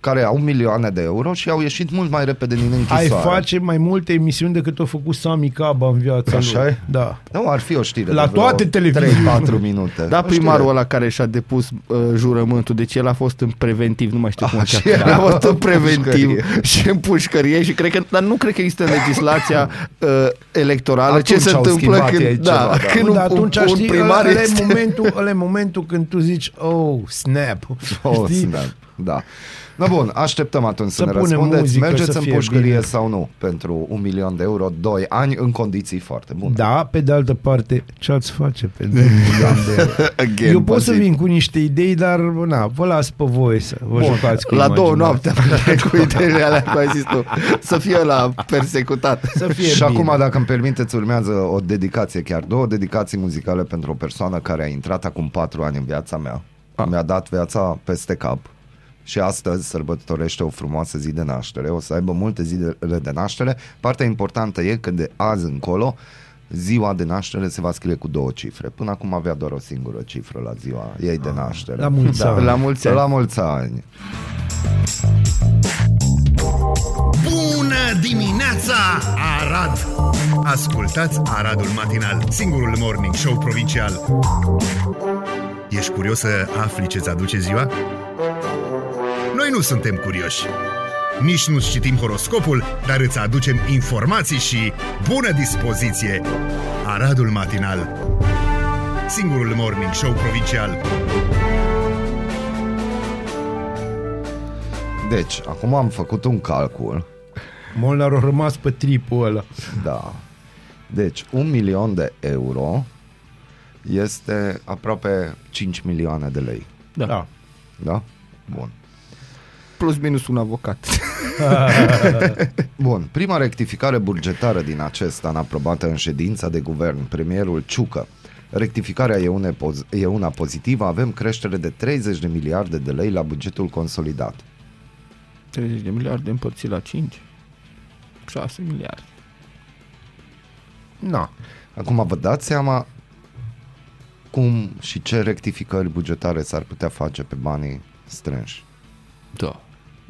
S2: care au milioane de euro și au ieșit mult mai repede din
S1: Ai
S2: închisoare.
S1: face mai multe emisiuni decât a făcut Sami Caba în viața
S2: Așa
S1: lui.
S2: e?
S1: Da.
S2: Nu, ar fi o știre
S1: La
S2: de vreo
S1: toate televiziunile.
S2: 3-4 minute.
S3: Da,
S2: O
S3: primarul
S2: știre.
S3: ăla care și-a depus uh, jurământul, deci el a fost în preventiv, nu mai știu cum
S2: Ah, și
S3: așa.
S2: era
S3: A fost în
S2: în
S3: preventiv
S2: pușcărie.
S3: și în pușcărie și cred că, dar nu cred că există în legislația uh, electorală.
S2: Atunci
S3: Ce se
S2: au
S3: întâmplă
S2: schimbat ei
S3: când, da,
S2: ceva, da.
S3: când
S1: Bun,
S3: un,
S1: dar atunci
S3: un, un
S1: știi,
S3: primar
S1: ăla,
S3: este...
S1: e momentul, ăla e momentul când tu zici, oh, snap.
S2: Oh,
S1: știi?
S2: snap. Da. No, bun, așteptăm atunci să,
S1: Să
S2: ne
S1: punem
S2: răspundeți.
S1: muzică,
S2: Mergeți
S1: să
S2: în
S1: fie
S2: pușcărie
S1: bine.
S2: sau nu pentru un milion de euro, 2 ani, în condiții foarte bune.
S1: Da, pe de altă parte, ce ați face pentru un milion de euro?
S2: Again,
S1: Eu pot să
S2: Bazil.
S1: vin cu niște idei, dar na, vă las pe voi să vă Bun, jucați cu
S3: la două
S1: imaginea.
S3: noapte cu ideile alea, cum ai zis tu, să fie la persecutat.
S1: Să fie
S2: Și
S1: bine.
S2: acum, dacă îmi permiteți, urmează o dedicație, chiar două dedicații muzicale pentru o persoană care a intrat acum patru ani în viața mea.
S1: Ah.
S2: A. Mi-a dat viața peste cap și astăzi sărbătorește o frumoasă zi de naștere. O să aibă multe zile de naștere. Partea importantă e că de azi încolo ziua de naștere se va scrie cu două cifre. Până acum avea doar o singură cifră la ziua ei de naștere.
S1: Ah,
S2: Da.
S1: La mulți ani.
S3: La mulți ani.
S2: La mulți ani!
S4: Bună dimineața, Arad! Ascultați Aradul Matinal, singurul morning show provincial. Ești curios să afli ce-ți aduce ziua? Noi nu suntem curioși. Nici nu citim horoscopul, dar îți aducem informații și bună dispoziție! Aradul Matinal, singurul morning show provincial.
S2: Deci, acum am făcut un calcul.
S1: Molnar a rămas pe tripul ăla.
S2: Da. Deci, un milion de euro este aproape 5 milioane de lei.
S1: Da. da.
S2: Da? Bun.
S3: Plus minus un avocat.
S2: Bun. Prima rectificare bugetară din acest an aprobată în ședința de guvern, premierul Ciucă. Rectificarea e, une, poz- e una pozitivă, avem creștere de 30 de miliarde de lei la bugetul consolidat.
S3: 30 de miliarde împărțit la 5. 6 miliarde.
S1: Na.
S2: Acum vă dați seama cum și ce rectificări bugetare s-ar putea face pe banii strânși.
S3: Da.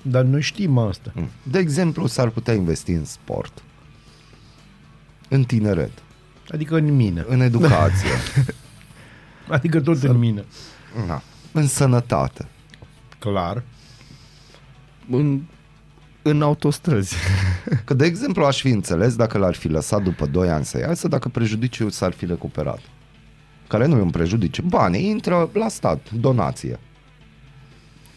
S1: Dar noi știm asta.
S2: De exemplu, s-ar putea investi în sport, în tineret,
S1: Adică în mine.
S2: în educație,
S1: Adică tot în mine.
S2: na, în sănătate.
S1: Clar.
S3: În, în autostrăzi.
S2: Că, de exemplu, aș fi înțeles dacă l-ar fi lăsat după 2 ani să iasă, dacă prejudiciul s-ar fi recuperat. Care nu e un prejudiciu. Banii intră la stat, donație.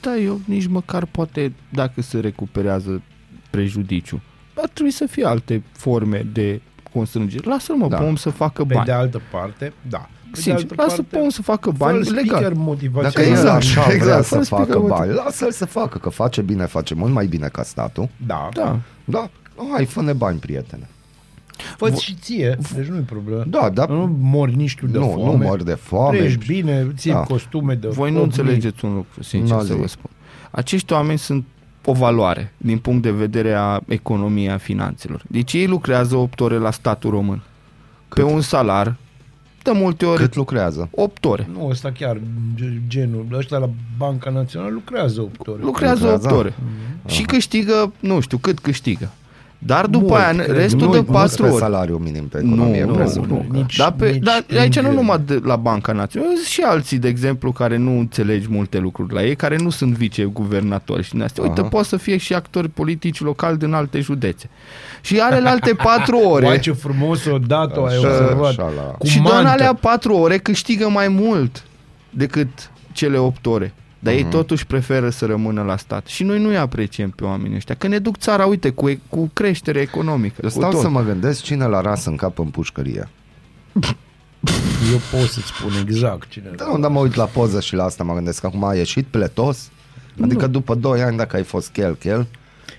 S3: Da, eu nici măcar poate dacă se recuperează prejudiciu. Ar trebui să fie alte forme de constrângere. Lasă-l mă
S2: Da.
S3: da. pe om să facă
S1: Pe
S3: bani.
S1: de altă parte, da. Pe de
S3: Sincer,
S1: altă
S3: lasă pe om să facă bani
S1: fără
S3: legal.
S1: speaker motivațional.
S2: Dacă exact, el așa vrea
S3: exact,
S2: să
S3: fără
S2: facă
S3: speaker
S2: bani, lasă-l să facă, că face bine, face mult mai bine ca statul.
S1: Da.
S3: Da.
S2: Da, hai, fă-ne bani, prietene.
S1: Fă-ți și ție, deci nu-i problemă.
S2: Da, da,
S1: Nu mori nici tu de
S2: nu,
S1: foame.
S2: nu mor de foame.
S1: Treci bine, ții
S2: Da.
S1: costume de
S3: Voi nu
S1: opt
S3: înțelegeți un lucru, sincer
S2: N-a
S3: să
S2: zis.
S3: vă spun. Acești oameni sunt o valoare din punct de vedere a economiei, a finanțelor. Deci ei lucrează 8 ore la statul român. Cât? Pe un salar, de multe ori,
S2: Cât
S3: Cât?
S2: lucrează?
S3: 8 ore.
S1: mii. Nu, ăsta chiar ge- genul. Ăștia la Banca Națională lucrează 8 ore.
S3: Lucrează
S2: Lucrează. da.
S3: 8 ore. Și câștigă, nu știu, cât câștigă. Dar după
S1: Mult,
S3: aia, în
S1: cred.
S3: restul
S2: nu,
S3: de
S2: nu
S3: 4
S2: pe
S3: ori.
S2: salariu minim pe economie,
S3: nu, nu,
S2: presupun.
S3: nu.
S1: Nici-
S3: dar, pe,
S1: nici
S3: dar
S1: prin
S3: aici nu
S1: greu.
S3: numai de la Banca Națională, sunt și alții, de exemplu, care nu înțelegi multe lucruri la ei, care nu sunt viceguvernatori și din astea. Uite,
S2: Aha.
S3: poate să fie și actori politici locali din alte județe. Și are la alte patru
S1: Uai,
S3: ore.
S1: ce frumos o dată ai
S2: Așa,
S1: observat.
S2: așa, la-
S1: Cu
S3: și doar în
S1: mantă.
S3: alea patru ore câștigă mai mult decât cele opt ore. Dar
S2: Mhm.
S3: ei totuși preferă să rămână la stat. Și noi nu-i apreciem pe oamenii ăștia. Că ne duc țara, uite, cu, e- cu creștere economică.
S2: Eu
S3: cu
S2: stau
S3: tot.
S2: să mă gândesc cine la ras în cap în pușcărie.
S1: Eu pot să-ți spun exact cine
S2: Da, nu, dar mă uit la poză și la asta mă gândesc. Acum a ieșit pletos? Adică nu. după 2 ani, dacă ai fost chel, chel,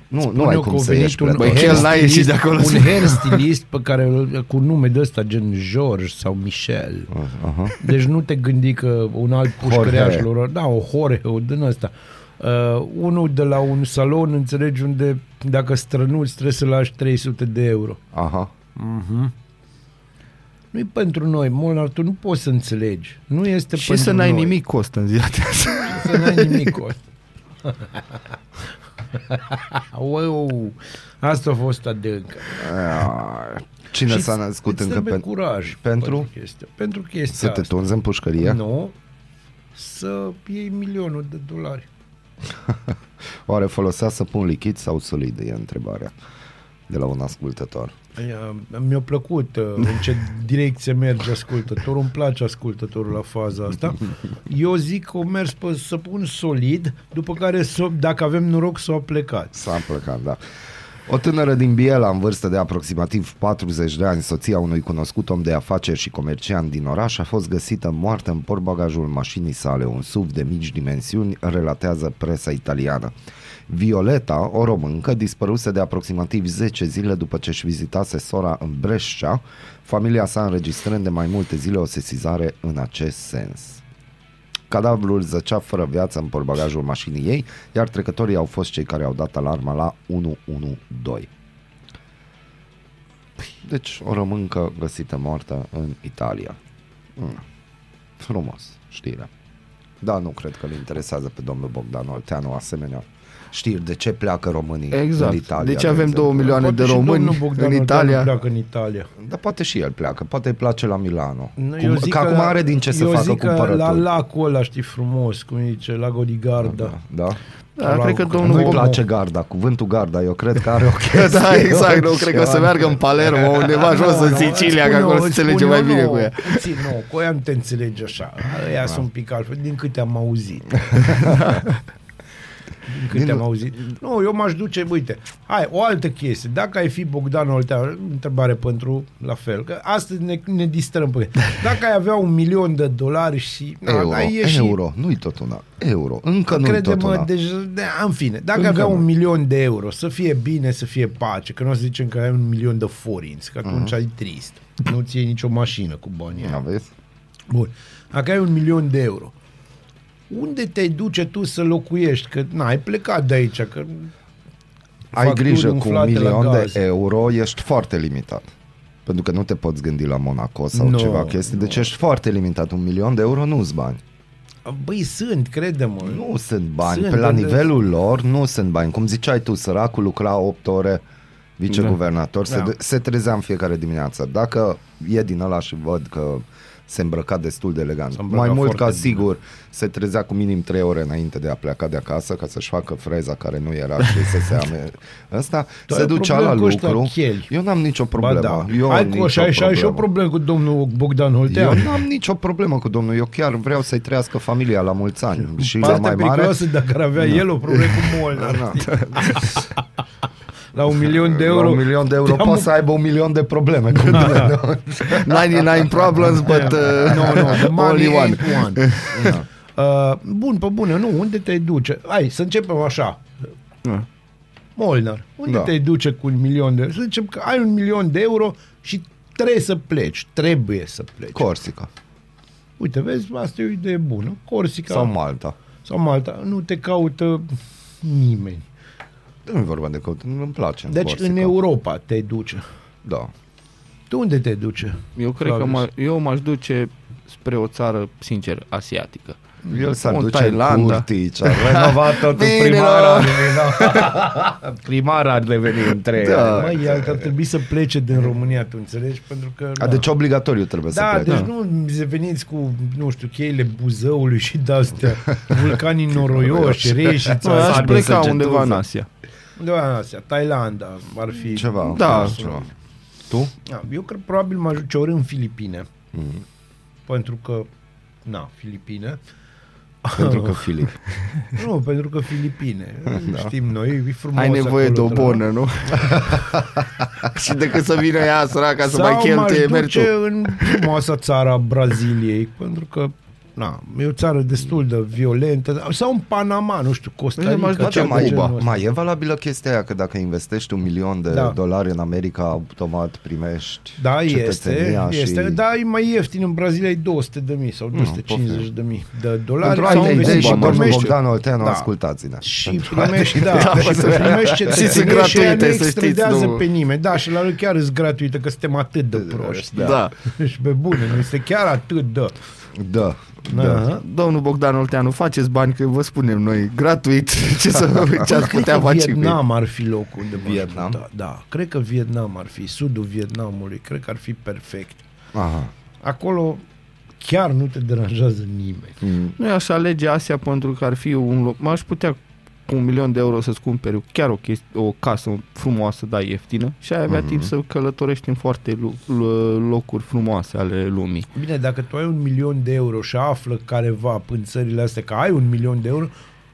S2: nu, nu ai
S1: Spune-o
S2: cum
S1: că a
S2: să
S1: venit
S2: ieși
S1: un
S2: pletos.
S3: Băi, chel n-a
S1: hair
S3: ieșit de
S1: stylist-
S3: acolo.
S1: Un hair stylist pe care îl- cu nume de ăsta, gen George sau Michel.
S2: Mm. Aha.
S1: Deci nu te gândi că un alt pușcăreaș
S2: Jorge.
S1: lor, da, o Jorge, o din ăsta. Uh, unul de la un salon, înțelegi, unde dacă strănuți trebuie să lași 300 de euro.
S2: Aha.
S1: nu e pentru noi, Molnar, tu nu poți să înțelegi. Nu este
S3: Și
S1: pentru
S3: să n-ai
S1: noi.
S3: nimic cost în ziua de azi.
S1: Să n-ai nimic cu asta. wow. Asta a fost adâncă.
S2: Ah, Cine
S1: Și
S2: s-a
S1: îți-
S2: născut
S1: îți
S2: încă
S1: trebuie
S2: pe...
S1: curaj
S2: pentru?
S1: chestia. Pentru chestia
S2: Să te
S1: asta.
S2: tunzi în pușcărie?
S1: Nu. Să iei milionul de dolari.
S2: Oare folosea să pun lichid sau solid? E întrebarea de la un ascultător.
S1: Ia, Mi-a plăcut uh, în ce direcție merge ascultătorul, îmi place ascultătorul la faza asta. Eu zic că o mers pe să pun solid, după care s-o- dacă avem noroc s-o a plecat.
S2: S-a plecat, da. O tânără din Biela, în vârstă de aproximativ 40 de ani, soția unui cunoscut om de afaceri și comerciant din oraș, a fost găsită moartă în portbagajul mașinii sale, un SUV de mici dimensiuni, relatează presa italiană. Violeta, o româncă, dispăruse de aproximativ 10 zile după ce își vizitase sora în Brescia, familia sa înregistrând de mai multe zile o sesizare în acest sens. Cadavrul zăcea fără viață în portbagajul mașinii ei, iar trecătorii au fost cei care au dat alarma la 112. Deci, o româncă găsită moartă în Italia. Mm. Frumos, știrea. Da, nu cred că îl interesează pe domnul Bogdan Olteanu asemenea știri de ce pleacă românii
S3: Exact.
S2: în Italia.
S3: Deci avem
S2: exemplu.
S3: două milioane
S1: Poate
S3: de
S1: și
S3: români
S1: domnul Bogdan
S3: în
S1: Olteanu
S3: Italia.
S1: Pleacă în Italia.
S2: Dar poate și el pleacă, poate îi place la Milano.
S1: Nu,
S2: Cum, că, acum are din ce să
S1: eu
S2: facă
S1: zic că
S2: cumpărături.
S1: la lacul ăla, știi, frumos, cum îi zice, lago di Garda. Da,
S2: Da?
S3: Dar cred că domnul
S2: Nu-i
S1: Omul.
S2: place garda, cuvântul garda, eu cred că are o chestie.
S3: Da, exact, nu cred că o să meargă în Palermo, undeva jos în Sicilia, că acolo se înțelege mai bine cu ea.
S1: Puțin, nu, cu ea nu te înțelegi așa. Ea sunt un pic altfel, din câte am auzit. Din câte
S2: Din-
S1: am auzit. Nu, eu m-aș duce, uite, hai, o altă chestie. Dacă ai fi Bogdan Olteanu, întrebare pentru la fel, că astăzi ne, ne distrăm pe Dacă ai avea un milion de dolari și... na,
S2: Euro,
S1: ai ieși-
S2: Da, euro, nu-i tot una. Euro, încă nu-i tot
S1: Crede-mă,
S2: una.
S1: deci, de, în fine, dacă
S2: Încă
S1: avea
S2: nu.
S1: un milion de euro, să fie bine, să fie pace, că nu o să zicem că ai un milion de forinți, că atunci ai trist. Nu ți iei nicio mașină cu banii aia.
S2: Mhm. Aveți?
S1: Bun. Dacă ai un milion de euro, unde te duce tu să locuiești? Că n-ai plecat de aici, că
S2: Ai
S1: Facturi
S2: grijă cu un
S1: umflate la
S2: milion de
S1: gaz.
S2: euro, ești foarte limitat. Pentru că nu te poți gândi la Monaco sau
S1: Nu,
S2: ceva chestii, deci ești foarte limitat. Un milion de euro nu-s bani.
S1: băi, sunt, crede-mă.
S2: Nu sunt bani.
S1: Sunt,
S2: Pe la
S1: unde-
S2: nivelul lor nu sunt bani. Cum ziceai tu, săracul lucra 8 ore viceguvernator, da.
S1: Da.
S2: se, se trezea în fiecare dimineață. Dacă e din ăla și văd că se îmbrăca destul de elegant.
S1: S-a îmbrăcat
S2: Mai mult
S1: foarte
S2: ca
S1: bine.
S2: sigur se trezea cu minim 3 ore înainte de a pleca de acasă ca să-și facă freza care nu era și să se ame... Ăsta
S1: Dar
S2: se
S1: e o
S2: ducea la
S1: problemă cu ăștia
S2: lucru.
S1: cheli.
S2: Eu n-am nicio
S1: Ba
S2: problemă.
S1: da.
S2: Eu
S1: Hai
S2: am
S1: cu,
S2: nicio
S1: și, ai, și ai și o
S2: problemă.
S1: problemă cu domnul Bogdan
S2: Eu
S1: Holtean.
S2: n-am nicio problemă cu domnul, eu chiar vreau să-i trăiască familia la mulți ani și la
S1: Partea
S2: mai mare.
S1: periculoasă, dacă ar avea el o problemă cu Molnar.
S2: Da.
S1: La un milion de
S2: La
S1: euro.
S2: un milion de euro
S1: te-am-
S2: poate să aibă un milion de probleme. Cu da.
S3: 99 problems, but uh,
S1: No, no, the
S3: only
S1: money
S3: one.
S1: ain't one. Uh, bun, pe bune, nu, unde te duce? Hai, să începem așa.
S3: Da.
S1: Molnar, unde
S2: Da.
S1: te duce cu un milion de euro? Să zicem că ai un milion de euro și trebuie să pleci, trebuie să pleci.
S2: Corsica
S1: Uite, vezi, asta e o idee bună. Corsica
S2: sau
S1: sau,
S2: Malta.
S1: sau Malta, nu te caută nimeni.
S2: Nu e vorba de căut, îmi place.
S1: Deci
S2: Corsica.
S1: în Europa te duce.
S2: Da.
S1: Tu unde te duce?
S3: Eu cred că
S1: Claus.
S3: mă, eu m-aș duce spre o țară, sincer, asiatică.
S2: El s-ar
S3: Un
S2: duce
S3: Thailanda.
S2: în Curtici, ar renova totul
S3: Bine,
S2: primara.
S3: da.
S2: primara ar deveni în trei
S3: Da.
S2: ani.
S1: Mai el că ar trebui să plece din România, tu înțelegi? Pentru că...
S2: A, Ah, deci obligatoriu trebuie să
S1: Da,
S2: plece.
S1: deci nu veniți cu, nu știu, cheile Buzăului și de-astea, vulcanii noroioși,
S3: Nu,
S1: reșița,
S3: aș
S1: sabe,
S3: pleca
S1: săgetură.
S3: undeva în Asia.
S1: Undeva în Asia, Da, Thailanda ar fi.
S2: Ceva.
S3: Da.
S2: Ceva. Tu?
S1: Da, eu cred probabil mă ajunge ori în Filipine, pentru că, na, Filipine.
S2: Pentru că Filip.
S1: Nu, pentru că Filipine. da. Știm noi, e frumos.
S3: Ai nevoie de
S1: acolo,
S3: o
S1: tra-
S3: bonă, nu? și decât să vină ea săraca să
S1: Sau
S3: mai cheltuie,
S1: m-aș
S3: mergi
S1: duce
S3: tu.
S1: în frumoasa țara Braziliei, pentru că na, e o țară destul de violentă. Sau în Panama, nu știu, Costa
S3: Uite, m-aș
S1: Rica.
S3: duce
S1: ceva
S3: în
S1: de
S2: mai,
S1: genul ăsta.
S2: mai e valabilă chestia aia că dacă investești un milion de
S1: Da.
S2: da. dolari în America, automat primești
S1: Da, este,
S2: cetățenia
S1: este,
S2: și...
S1: da, e mai ieftin în Brazilia, e 200 de mii sau 250 de mii de dolari.
S2: Pentru
S1: Sau
S2: alte idei
S1: investești
S2: și
S1: și
S2: domnul
S1: primești-
S2: Bogdan Olteanu,
S1: Da.
S2: ascultați-ne.
S1: Și
S2: Pentru
S1: primești,
S2: alte
S1: da,
S2: idei.
S1: și primești ce
S3: Și sunt
S1: ține și aia nu
S3: gratuite, să știți,
S1: extrudează
S3: nu-
S1: pe nimeni. Da, și la noi chiar sunt gratuite, că suntem atât de proști.
S3: Da.
S1: Și pe bune, noi suntem chiar atât de...
S2: Da, da.
S1: Da.
S3: Domnul Bogdan Olteanu, faceți bani că vă spunem noi gratuit ce, să, ce ați putea
S1: Cred că
S3: face. cu ei.
S1: Vietnam ar fi locul de m-aș
S2: Vietnam?
S1: muta, Da, cred că Vietnam ar fi, sudul Vietnamului, cred că ar fi perfect.
S2: Aha.
S1: Acolo chiar nu te deranjează nimeni.
S3: Nu aș alege Asia pentru că ar fi un loc. M-aș putea cu un milion de euro să-ți cumperi chiar o, chesti- o casă frumoasă, dar ieftină și ai avea timp să călătorești în foarte lu- lu- locuri frumoase ale lumii.
S1: Bine, dacă tu ai un milion de euro și află careva în țările astea că ai un milion de euro,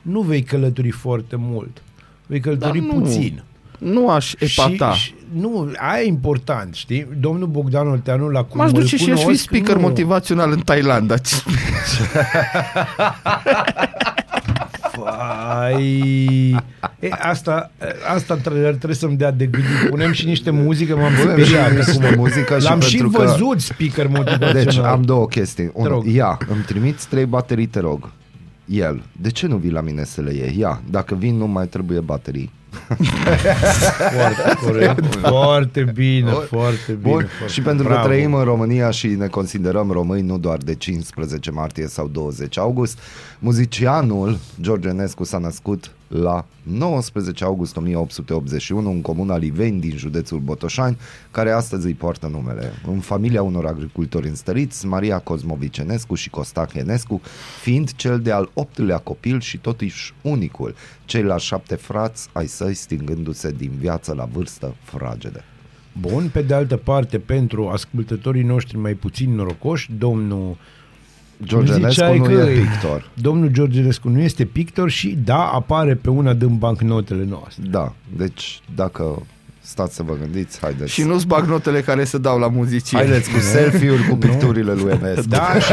S1: nu vei călători foarte mult. Vei călători
S3: nu.
S1: puțin.
S3: Nu aș epata.
S1: Și, și, nu, aia e important, știi? Domnul Bogdan Olteanu la cum
S3: M-aș
S1: îl
S3: duce și aș fi
S1: cunosc,
S3: speaker
S1: nu.
S3: motivațional în Thailanda.
S1: Vai. E, asta, asta trebuie, trebuie să-mi dea de gândit. Punem și niște muzică, m-am
S2: Punem și
S1: speriat.
S2: niște
S1: acum.
S2: muzică și
S1: L-am și
S2: pentru că-
S1: văzut speaker motivațional.
S2: Deci am două chestii.
S1: Te
S2: Unu,
S1: rog.
S2: ia, îmi trimiți trei baterii, te rog. El. De ce nu vii la mine să le iei? Ia, dacă vin nu mai trebuie baterii.
S1: Foarte corect. Foarte bine, foarte bine.
S2: Bun.
S1: Foarte.
S2: Și pentru că
S1: Bravo.
S2: trăim în România și ne considerăm români nu doar de 15 martie sau 20 august, muzicianul George Enescu s-a născut la 19 august 1881 în comuna Liveni din județul Botoșani, care astăzi îi poartă numele. În familia unor agricultori înstăriți, Maria Cosmovici Enescu și Costache Enescu, fiind cel de-al optulea copil și totuși unicul, ceilalți șapte frați ai săi stingându-se din viață la vârstă fragedă.
S1: Bun, pe de altă parte, pentru ascultătorii noștri mai puțin norocoși, domnul
S2: George
S1: Îmi ziceai
S2: Enescu nu
S1: că-
S2: e pictor.
S1: Domnul George Enescu nu este pictor și da, apare pe una din bancnotele noastre.
S2: Da, deci dacă stați să vă gândiți, haideți.
S3: și nu-ți bag notele care se dau la muzicie.
S2: Haideți cu selfie-uri cu picturile lui Enescu.
S1: Da, și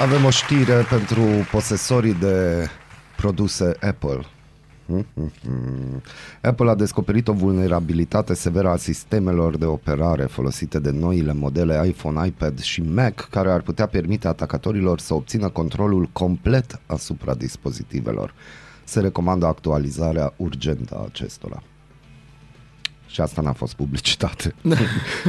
S2: Avem o știre pentru posesorii de produse Apple. Apple a descoperit o vulnerabilitate severă a sistemelor de operare folosite de noile modele iPhone, iPad și Mac, care ar putea permite atacatorilor să obțină controlul complet asupra dispozitivelor. Se recomandă actualizarea urgentă a acestora. Și asta n-a fost publicitate.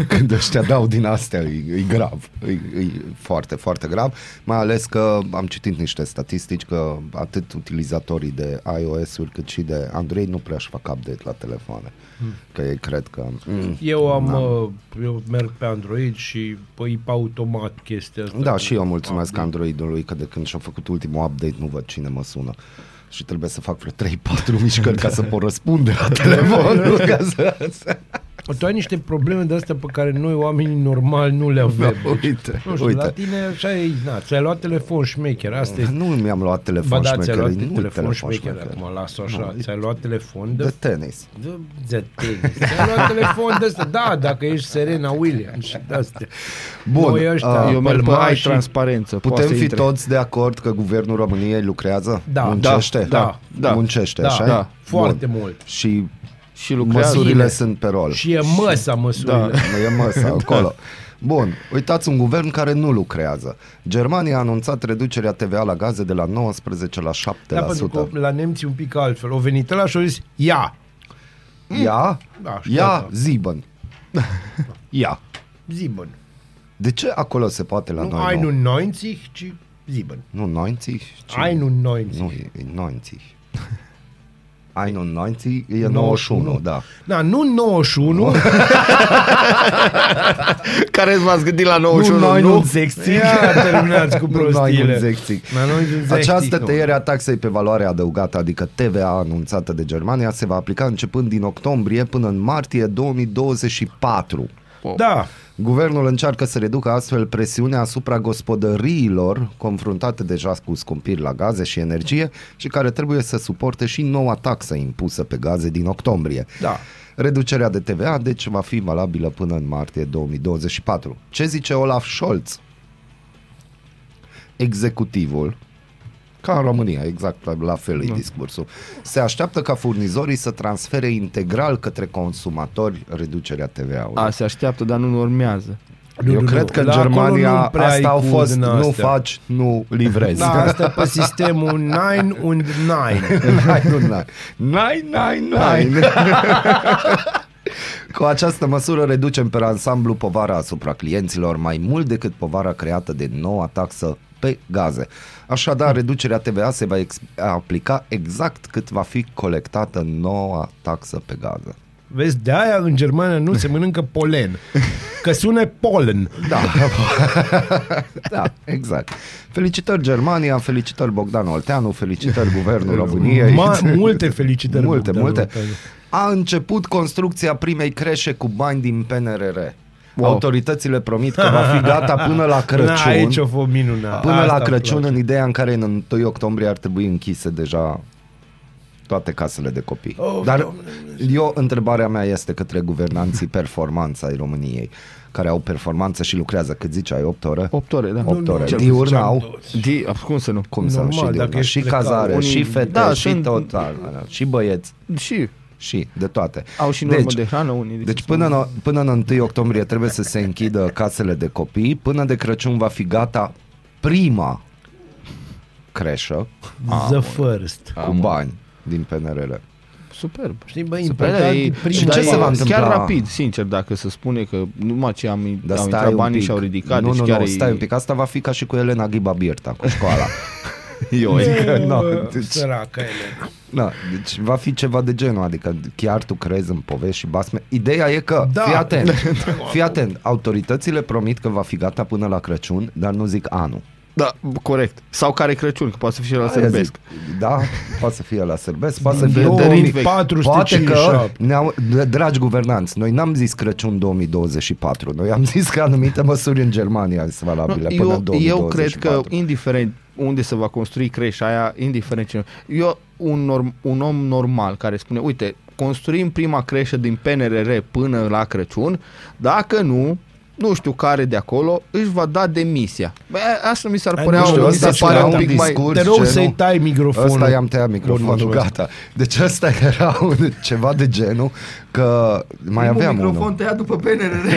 S2: Când ăștia dau din astea, e, e grav. E, e foarte, foarte grav. Mai ales că am citit niște statistici că atât utilizatorii de iOS-uri cât și de Android nu prea-și fac update la telefoane.
S1: Hmm.
S2: Că ei cred că... Mm.
S1: eu am, uh, eu merg pe Android și păi pe automat chestia asta.
S2: Da, și eu
S1: Ah.
S2: mulțumesc Androidului că de când și-a făcut ultimul update nu văd cine mă sună. Și trebuie să fac vreo 3-4 mișcări ca să pot răspunde la telefon. nu? ca să...
S1: Tu ai niște probleme de astea pe care noi oamenii normali nu le avem. Deci,
S2: Da, uite,
S1: nu știu,
S2: uite.
S1: la tine așa e, na, ți-ai luat telefon șmecher, asta e.
S2: Deci, Nu mi-am luat
S1: Ba
S2: telefon
S1: da, ți-ai luat
S2: șmecher. Nu
S1: telefon
S2: telefon
S1: șmecher,
S2: șmecher. Da,
S1: acum las-o așa, ți-ai luat telefon
S2: De
S1: de
S2: tenis.
S1: De, de tenis. Ai luat telefon de ăsta. Da, dacă ești Serena Williams și de astea.
S2: Bun,
S3: Păi
S2: uh,
S1: Noi ăștia,
S2: a,
S1: eu
S3: Ah, Eu merg pe
S1: mai
S3: ai
S1: și...
S3: transparență.
S2: Putem
S3: poate
S2: fi
S3: intre.
S2: toți de acord că guvernul României lucrează?
S1: Da.
S2: Muncește?
S1: Da, da,
S3: da.
S2: Muncește,
S1: Da,
S2: așa?
S1: da, foarte
S2: Bun.
S1: mult.
S2: Și
S3: Și lucrează.
S2: măsurile
S1: Bine.
S2: sunt pe rol.
S1: Și e măsa măsurile. Da.
S2: Nu e măsa acolo. Bun, uitați un guvern care nu lucrează. Germania a anunțat reducerea TVA la gaze de la 19 la 7%.
S1: Da, pentru că la nemții un pic altfel. O venit la și au zis, ia,
S2: Ia,
S1: Da, știu
S2: ia
S1: asta.
S2: Ziban. Ia.
S1: zibăn.
S2: De ce acolo se poate la
S1: Nu
S2: noi? nu?
S1: 91, ci Sieben.
S2: Nu 90? Ci...
S1: 91.
S2: Nu, e e 90. Anul 90 e 91, da.
S1: Da, nu 91,
S3: Care v-ați gândit la
S2: Nu,
S3: 91,
S2: noi
S3: nu?
S2: nu
S1: Ia, terminați cu
S2: Nu, noi nu
S1: prostiile.
S2: înțeleg.
S1: Noi nu înțeleg,
S2: Această
S1: nu.
S2: tăiere a taxei pe valoare adăugată, adică TVA anunțată de Germania, se va aplica începând din octombrie până în martie 2024.
S1: Da,
S2: Guvernul încearcă să reducă astfel presiunea asupra gospodăriilor confruntate deja cu scumpiri la gaze și energie și care trebuie să suporte și noua taxă impusă pe gaze din octombrie.
S1: Da.
S2: Reducerea de TVA, deci, va fi valabilă până în martie 2024. Ce zice Olaf Scholz? Executivul ca în România, exact la- la fel e
S1: Da.
S2: discursul. Se așteaptă ca furnizorii să transfere integral către consumatori reducerea TVA-ului.
S3: A, se așteaptă, dar nu urmează.
S1: Nu,
S2: Eu
S1: nu,
S2: cred
S1: nu.
S2: că în
S1: La acolo
S2: Germania
S1: nu prea ai
S2: asta au
S1: cu
S2: fost,
S1: din
S2: nu
S1: astea.
S2: faci, nu livrezi.
S1: da, asta pe sistemul 9 und 9.
S2: Hai, nu, n-ai. N-ai, n-ai, n-ai. Cu această măsură reducem pe ansamblu povara asupra clienților mai mult decât povara creată de noua taxă pe gaze. Așadar, reducerea TVA se va ex- aplica exact cât va fi colectată noua taxă pe gaze.
S1: Vezi, de aia în Germania nu se mănâncă polen. Că sune polen.
S2: Da. da, exact. Felicitări Germania, felicitări Bogdan Olteanu, felicitări Guvernul României.
S1: Ma- multe felicitări.
S2: multe,
S1: Bogdan
S2: multe.
S1: Olteanu.
S2: A început construcția primei creșe cu bani din PNRR. Wow.
S3: Wow.
S2: Autoritățile promit că va fi gata până la Crăciun. Da,
S1: Na, Da, aici o fost minunat.
S2: Până
S1: Asta
S2: la
S1: îmi
S2: Crăciun,
S1: place.
S2: în ideea în care în 1 octombrie ar trebui închise deja toate casele de copii.
S1: Oh,
S2: Dar eu, întrebarea mea este către guvernanții performanța ai României, care au performanță și lucrează, cât zici, ai 8 ore?
S3: 8 ore, da.
S2: 8 ore.
S3: Cel-
S2: Diurn
S1: ziceam
S2: au,
S1: toți.
S3: Di, ah, cum să nu?
S2: cum să nu, și
S1: Normal,
S2: diurn,
S1: dacă ești
S2: și
S1: plecat,
S2: cazare,
S3: unii-
S2: și fete,
S3: da,
S2: și
S3: sunt-
S2: total, da. și băieți,
S3: Și
S2: și de toate.
S3: au și normă de hrană unii.
S2: Deci până în, până în 1 octombrie trebuie să se închidă casele de copii, până de Crăciun va fi gata prima creșă
S1: The first.
S2: cu bani din PNRL.
S3: Superb.
S1: Știi, bă,
S3: Super,
S1: important
S3: e-
S1: e prima.
S2: Și ce
S3: dar
S2: se
S3: e
S2: va întâmpla?
S3: Chiar rapid, sincer, dacă se spune că numai ce am,
S2: Dar stai
S3: au intrat
S2: un
S3: banii
S2: pic.
S3: și au ridicat,
S2: nu,
S3: deci
S2: nu,
S3: chiar
S2: nu,
S3: e-
S2: stai un pic. Asta va fi ca și cu Elena Ghiba Birta, cu școala.
S3: Eu,
S2: Adică, nu,
S1: Bă,
S2: deci,
S1: Săraca Elena.
S2: na, deci va fi ceva de genul, adică chiar tu crezi în povești și basme. Ideea e că,
S1: Da.
S2: fii atent, fii atent, autoritățile promit că va fi gata până la Crăciun, dar nu zic anul.
S3: Da, corect. Sau care Crăciun, că poate să fie și la
S2: Aia
S3: sărbesc.
S2: zic. Da, poate să fie la sărbesc, poate să fie
S3: Din
S2: 2000.
S1: 2457.
S2: Poate că, ne-au, d- dragi guvernanți, noi n-am zis Crăciun 2024, noi am zis că anumite măsuri în Germania sunt valabile până
S3: Eu,
S2: în
S3: eu cred
S2: 2024.
S3: că, indiferent unde se va construi creșa aia, indiferent ce... Eu, un, norm, un om normal care spune, uite, construim prima creșă din PNRR până la Crăciun, dacă nu, nu știu care de acolo, își va da demisia. Bă, asta mi s-ar
S1: Ai,
S3: părea,
S1: nu știu,
S3: mi
S1: ăsta
S3: se
S1: și
S3: pare
S1: la
S3: un
S1: un
S3: pic mai...
S2: discurs.
S1: Te rog
S2: genul.
S1: să-i tai microfonul.
S2: Ăsta i-am tăiat microfonul,
S1: Bun,
S2: gata. Deci ăsta era un, ceva de genul că mai aveam unul.
S3: tăiat după PNRR.